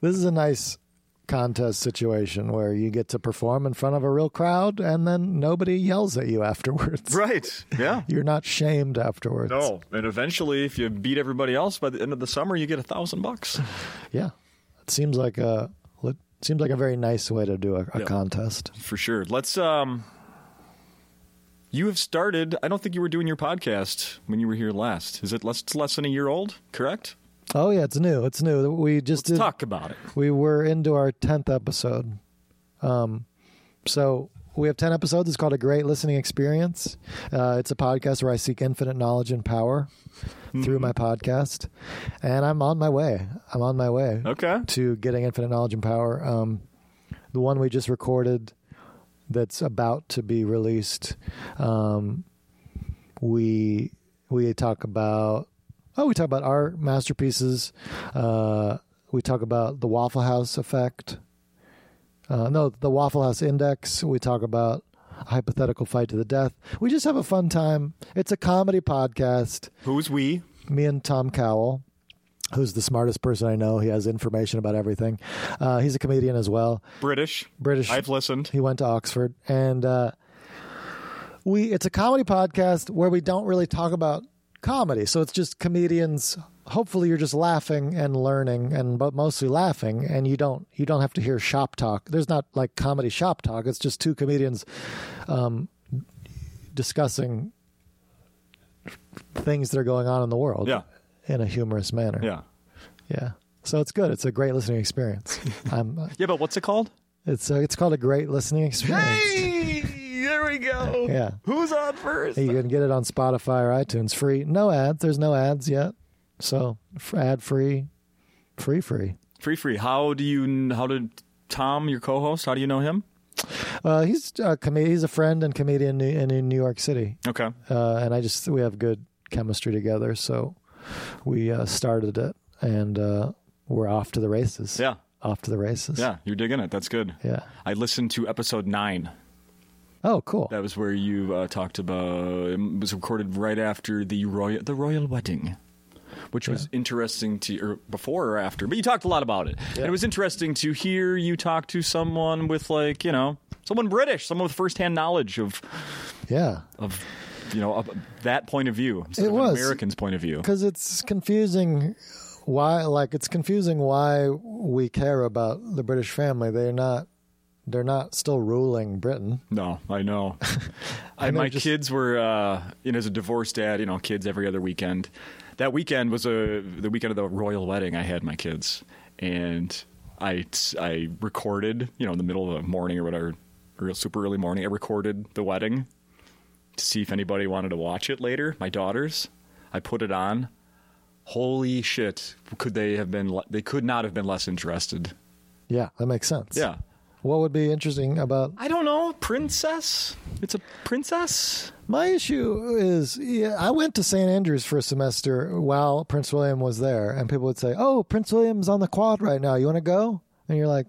B: This is a nice contest situation where you get to perform in front of a real crowd and then nobody yells at you afterwards.
A: Right. Yeah.
B: You're not shamed afterwards.
A: No, and eventually, if you beat everybody else by the end of the summer, you get a thousand bucks.
B: Yeah. It seems like a it seems like a very nice way to do a, a
A: Yeah.
B: contest.
A: for sure. Let's um you have started I don't think you were doing your podcast when you were here last. Is it less it's less than a year old, correct?
B: Oh yeah, it's new. It's new. We just did.
A: Talk about it.
B: We were into our tenth episode. Um, so we have ten episodes. It's called a great listening experience. Uh, it's a podcast where I seek infinite knowledge and power through my podcast, and I'm on my way. I'm on my way
A: Okay.
B: to getting infinite knowledge and power. Um, the one we just recorded that's about to be released, um, we we talk about oh we talk about art masterpieces. Uh, we talk about the Waffle House effect. Uh, no, the Waffle House Index. We talk about a hypothetical fight to the death. We just have a fun time. It's a comedy podcast
A: Who's we?
B: me and Tom Cowell, who's the smartest person I know. He has information about everything. Uh, he's a comedian as well,
A: British.
B: British.
A: I've listened.
B: He went to Oxford, and uh, we it's a comedy podcast where we don't really talk about comedy, so it's just comedians. Hopefully, you're just laughing and learning, and but mostly laughing, and you don't you don't have to hear shop talk. There's not like comedy shop talk. It's just two comedians um, discussing things that are going on in the world
A: Yeah.
B: in a humorous manner.
A: Yeah.
B: Yeah. So it's good. It's a great listening experience. I'm,
A: Yeah, but what's it called?
B: it's uh it's called a great listening experience.
A: Hey, there we go.
B: Yeah.
A: Who's on first?
B: You can get it on Spotify or iTunes free. No ads. There's no ads yet. So ad free, free, free.
A: Free free. How do you how did Tom, your co-host, how do you know him?
B: Uh, he's a com- he's a friend and comedian in, in New York City,
A: Okay.
B: uh, and I just we have good chemistry together. So we uh, started it, and uh, we're off to the races.
A: Yeah.
B: off to the races.
A: Yeah, you're digging it. That's good.
B: yeah.
A: I listened to episode 9.
B: Oh, cool.
A: That was where you uh, talked about. um, It was recorded right after the royal the royal wedding, which was interesting to or before or after. But you talked a lot about it, and it was interesting to hear you talk to someone with like you know someone British, someone with firsthand knowledge of
B: Yeah.
A: of you know of that point of view. instead
B: It
A: of an
B: was.
A: American's point of view.
B: because it's confusing why like it's confusing why we care about the british family they're not they're not still ruling britain
A: No, I know. I, my
B: just-
A: kids were, uh, you know, as a divorced dad, you know, kids every other weekend. That weekend was a the weekend of the royal wedding. I had my kids, and I I recorded, you know, in the middle of the morning or whatever, real super early morning. I recorded the wedding to see if anybody wanted to watch it later. My daughters, I put it on. Holy shit! Could they have been? le- They could not have been less interested.
B: yeah that makes sense
A: Yeah.
B: what would be interesting about
A: I don't know, princess. It's a princess.
B: my issue is yeah, i went to st andrews for a semester while prince william was there and people would say oh prince william's on the quad right now you want to go and you're like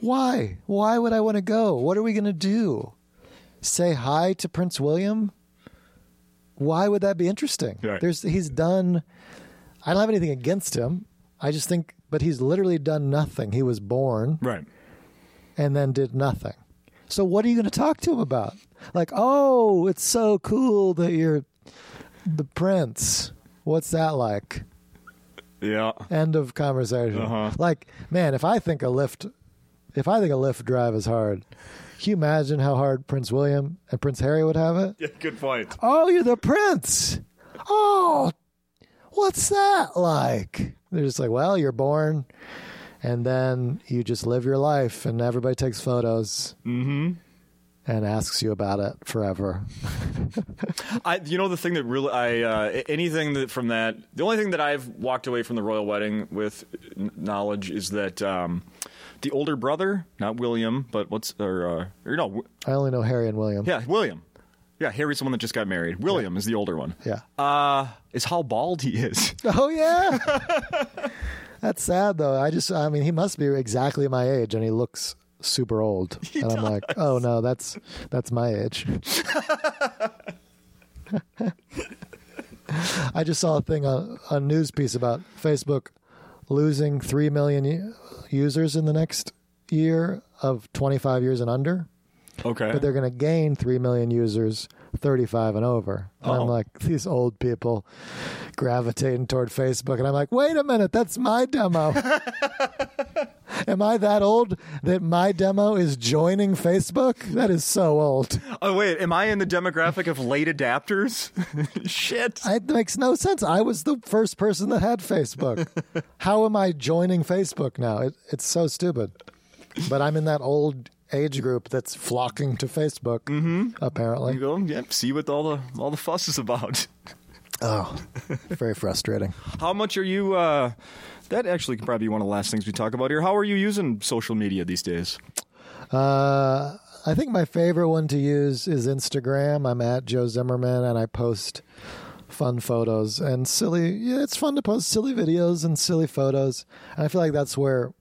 B: why why would i want to go what are we going to do say hi to prince william why would that be interesting?
A: Right.
B: There's he's done. I don't have anything against him. I just think, but he's literally done nothing. He was born
A: Right.
B: and then did nothing. So what are you going to talk to him about? Like, oh, it's so cool that you're the prince. What's that like?
A: Yeah.
B: End of conversation. Like, man, if I think a lift, if I think a lift drive is hard, can you imagine how hard Prince William and Prince Harry would have it?
A: Yeah, good point.
B: Oh, you're the prince. Oh, what's that like? They're just like, well, you're born, and then you just live your life, and everybody takes photos and asks you about it forever.
A: I, you know, the thing that really, I uh, anything that from that, the only thing that I've walked away from the royal wedding with n- knowledge is that um, the older brother, not William, but what's or, uh, or no, Wi-
B: I only know Harry and William.
A: yeah, William, yeah, Harry's the one that just got married. William is the older one.
B: Yeah.
A: Uh, is how bald he is.
B: Oh yeah. That's sad though. I just I mean he must be exactly my age and he looks super old. and I'm like, "Oh no, that's that's my age." I just saw a thing on a news piece about Facebook losing 3 million u- users in the next year of 25 years and under,
A: Okay,
B: but they're going to gain 3 million users 35 and over. And
A: Oh.
B: I'm like, these old people gravitating toward Facebook. And I'm like, wait a minute, that's my demo. Am I that old that my demo is joining Facebook? That is so old.
A: oh wait, am I in the demographic of late adapters? Shit.
B: I- It makes no sense. I was the first person that had Facebook. How am I joining Facebook now? It, it's so stupid. But I'm in that old age group that's flocking to Facebook, apparently.
A: Mm-hmm. You go, yep, see what all the all the fuss is about.
B: Oh, very frustrating.
A: How much are you? Uh, that actually could probably be one of the last things we talk about here. How are you using social media these days?
B: Uh, I think my favorite one to use is Instagram. I'm at Joe Zimmerman, and I post fun photos and silly. Yeah, it's fun to post silly videos and silly photos. And I feel like that's where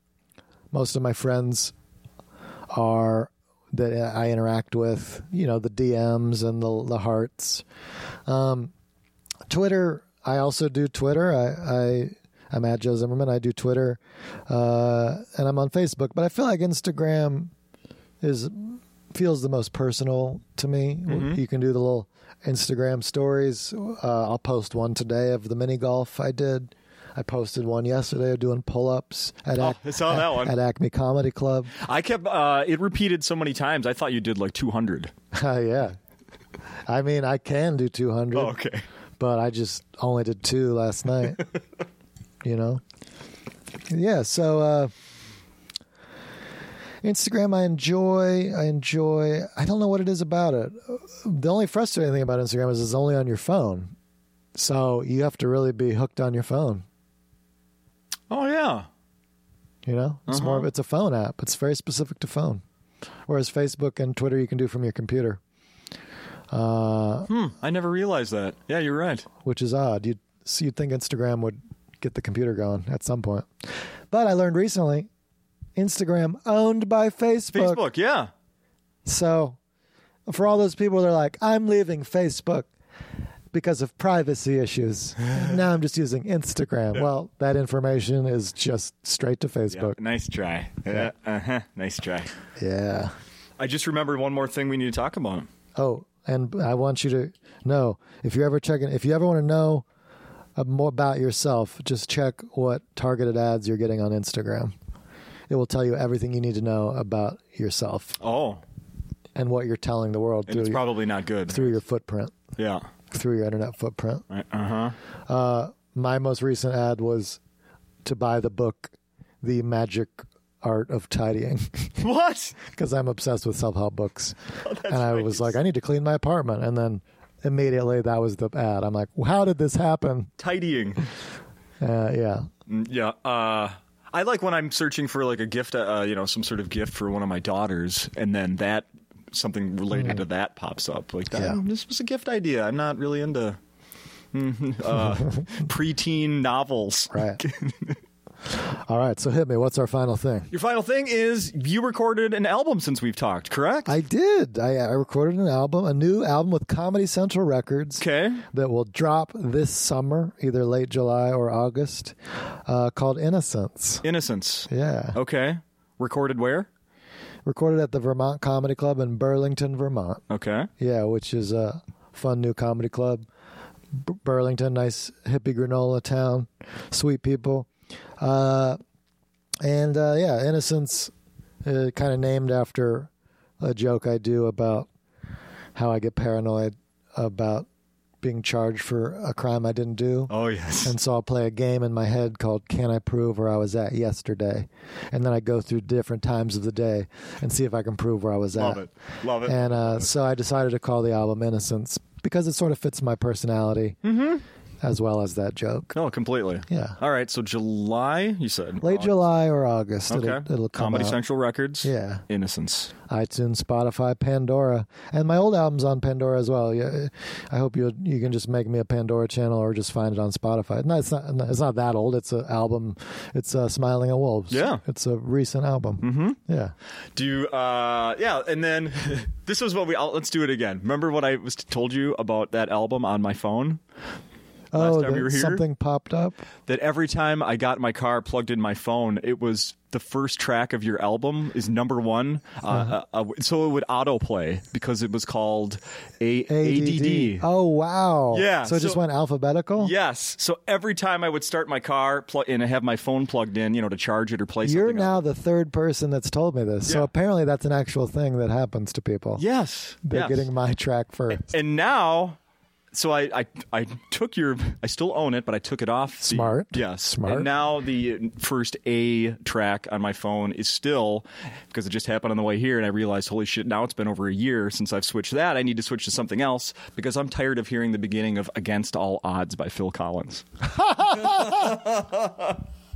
B: most of my friends are that I interact with. You know, the DMs and the the hearts. Um, Twitter. I also do Twitter. I. I I'm at Joe Zimmerman. I do Twitter, uh, and I'm on Facebook. But I feel like Instagram is feels the most personal to me.
A: Mm-hmm.
B: You can do the little Instagram stories. Uh, I'll post one today of the mini golf I did. I posted one yesterday of doing pull ups at, Ac-
A: Oh, I saw that
B: at-
A: one.
B: at Acme Comedy Club.
A: I kept uh, it repeated so many times. I thought you did like 200.
B: Oh, yeah. I mean, I can do 200,
A: Oh, okay.
B: but I just only did two last night. you know? Yeah, so uh, Instagram, I enjoy. I enjoy. I don't know what it is about it. The only frustrating thing about Instagram is it's only on your phone. So you have to really be hooked on your phone.
A: Oh yeah.
B: You know, it's
A: Uh-huh.
B: more of it's a phone app. It's very specific to phone. Whereas Facebook and Twitter, you can do from your computer,
A: Hmm. I never realized that. Yeah, you're right.
B: which is odd. You'd so you'd think Instagram would get the computer going at some point, but I learned recently, Instagram owned by Facebook.
A: Facebook. Yeah.
B: So, for all those people that are like, I'm leaving Facebook because of privacy issues. now I'm just using Instagram. Well, that information is just straight to Facebook.
A: Nice try. Yeah. Uh huh. Nice try.
B: yeah.
A: I just remembered one more thing we need to talk about.
B: Oh, and I want you to know if you ever checking, if you ever want to know uh, more about yourself, just check what targeted ads you're getting on Instagram. It will tell you everything you need to know about yourself
A: Oh,
B: and what you're telling the world
A: and
B: through
A: it's
B: your,
A: probably not good.
B: through your footprint,
A: Yeah.
B: through your internet footprint.
A: Uh huh.
B: My most recent ad was to buy the book, The Magic Art of Tidying.
A: What?
B: because I'm obsessed with self help books. and I
A: right.
B: was like, I need to clean my apartment. And then immediately that was the ad. I'm like, how did this happen?
A: Tidying.
B: Uh, yeah.
A: Yeah. Uh, I like when I'm searching for like a gift, uh, you know, some sort of gift for one of my daughters, and then that something related to that pops up. Like that.
B: Mm. Yeah.
A: This was a gift idea. I'm not really into mhm, uh, preteen novels.
B: Right. All right. So hit me. What's our final thing?
A: Your final thing is you recorded an album since we've talked, correct?
B: I did. I, I recorded an album, a new album with Comedy Central Records.
A: okay.
B: That will drop this summer, either late July or August, uh, called Innocence.
A: Innocence.
B: Yeah.
A: Okay. Recorded where?
B: Recorded at the Vermont Comedy Club in Burlington, Vermont.
A: Okay.
B: Yeah, which is a fun new comedy club. B- Burlington, nice hippie granola town, sweet people. Uh, and uh, yeah, Innocence, uh, kind of named after a joke I do about how I get paranoid about being charged for a crime I didn't do.
A: Oh yes.
B: And so I'll play a game in my head called Can I Prove Where I Was At Yesterday? And then I go through different times of the day and see if I can prove where I was
A: Love
B: at.
A: it. Love it.
B: uh, And uh, so I decided to call the album Innocence because it sort of fits my personality
A: Mm-hmm.
B: as well as that joke.
A: no, Oh, completely.
B: Yeah.
A: All right. So July, you said
B: Late
A: August.
B: July or August.
A: Okay.
B: It'll, it'll come
A: Comedy
B: out.
A: Central Records.
B: Yeah.
A: Innocence.
B: iTunes, Spotify, Pandora, and my old album's on Pandora as well. Yeah, I hope you you can just make me a Pandora channel or just find it on Spotify. No, it's not. It's not that old. It's an album. It's uh, Smiling at Wolves.
A: Yeah.
B: it's a recent album. Mm-hmm. Yeah,
A: Do you, uh yeah, and then this was what we I'll, let's do it again. Remember what I was told you about that album on my phone? Last
B: oh,
A: time
B: the-
A: you were here?
B: something popped up.
A: That every time I got in my car, plugged in my phone, it was the first track of your album is number one. Uh, uh, uh, so it would autoplay because it was called A- ADD.
B: Oh wow.
A: Yeah,
B: So it just
A: so-
B: went alphabetical.
A: Yes. So every time I would start my car pl- and I have my phone plugged in, you know, to charge it or play
B: You're
A: something. on-
B: now the third person that's told me this. So
A: Yeah.
B: apparently that's an actual thing that happens to people.
A: Yes.
B: They're
A: yes.
B: getting my track first.
A: and now so I, I I took your I still own it, but I took it off. the-
B: Smart.
A: yes,
B: Smart.
A: And now the first A track on my phone is still because it just happened on the way here, and I realized, holy shit! Now it's been over a year since I've switched that. I need to switch to something else because I'm tired of hearing the beginning of "Against All Odds" by Phil Collins.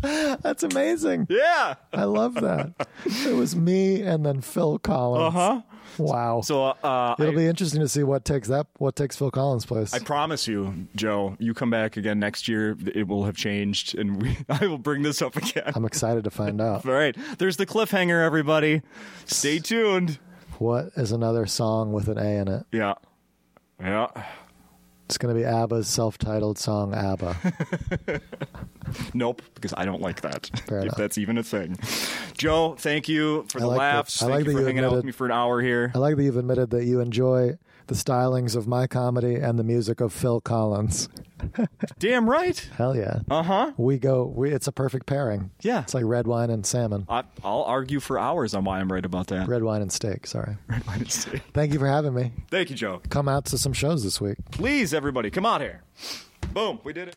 B: That's amazing.
A: Yeah.
B: I love that. it was me and then Phil Collins. Uh huh. Wow.
A: Uh-huh. So uh,
B: It'll
A: I,
B: be interesting to see what takes that what takes Phil Collins' place.
A: I promise you, Joe, you come back again next year, it will have changed, and we, I will bring this up again.
B: I'm excited to find out
A: All right. There's the cliffhanger, everybody. Stay tuned.
B: what is another song with an A in it.
A: Yeah. Yeah.
B: It's going to be ABBA's self-titled song ABBA.
A: Nope, because I don't like that.
B: Fair
A: if
B: enough.
A: that's even a thing. Joe, thank you for the
B: like that.
A: laughs.
B: I
A: Thank
B: like
A: you
B: that
A: for
B: you
A: hanging out with
B: admitted-
A: me for an hour here.
B: I like that you've admitted that you enjoy the stylings of my comedy and the music of Phil Collins.
A: Damn right.
B: Hell yeah.
A: Uh huh.
B: We go we it's a perfect pairing.
A: Yeah.
B: It's like red wine and salmon.
A: I'll argue for hours on why I'm right about that.
B: Red wine and steak, sorry.
A: Thank
B: Thank you for having me.
A: you, Joe.
B: Come out to some shows this week.
A: Please, everybody, come out here. Boom. We did it.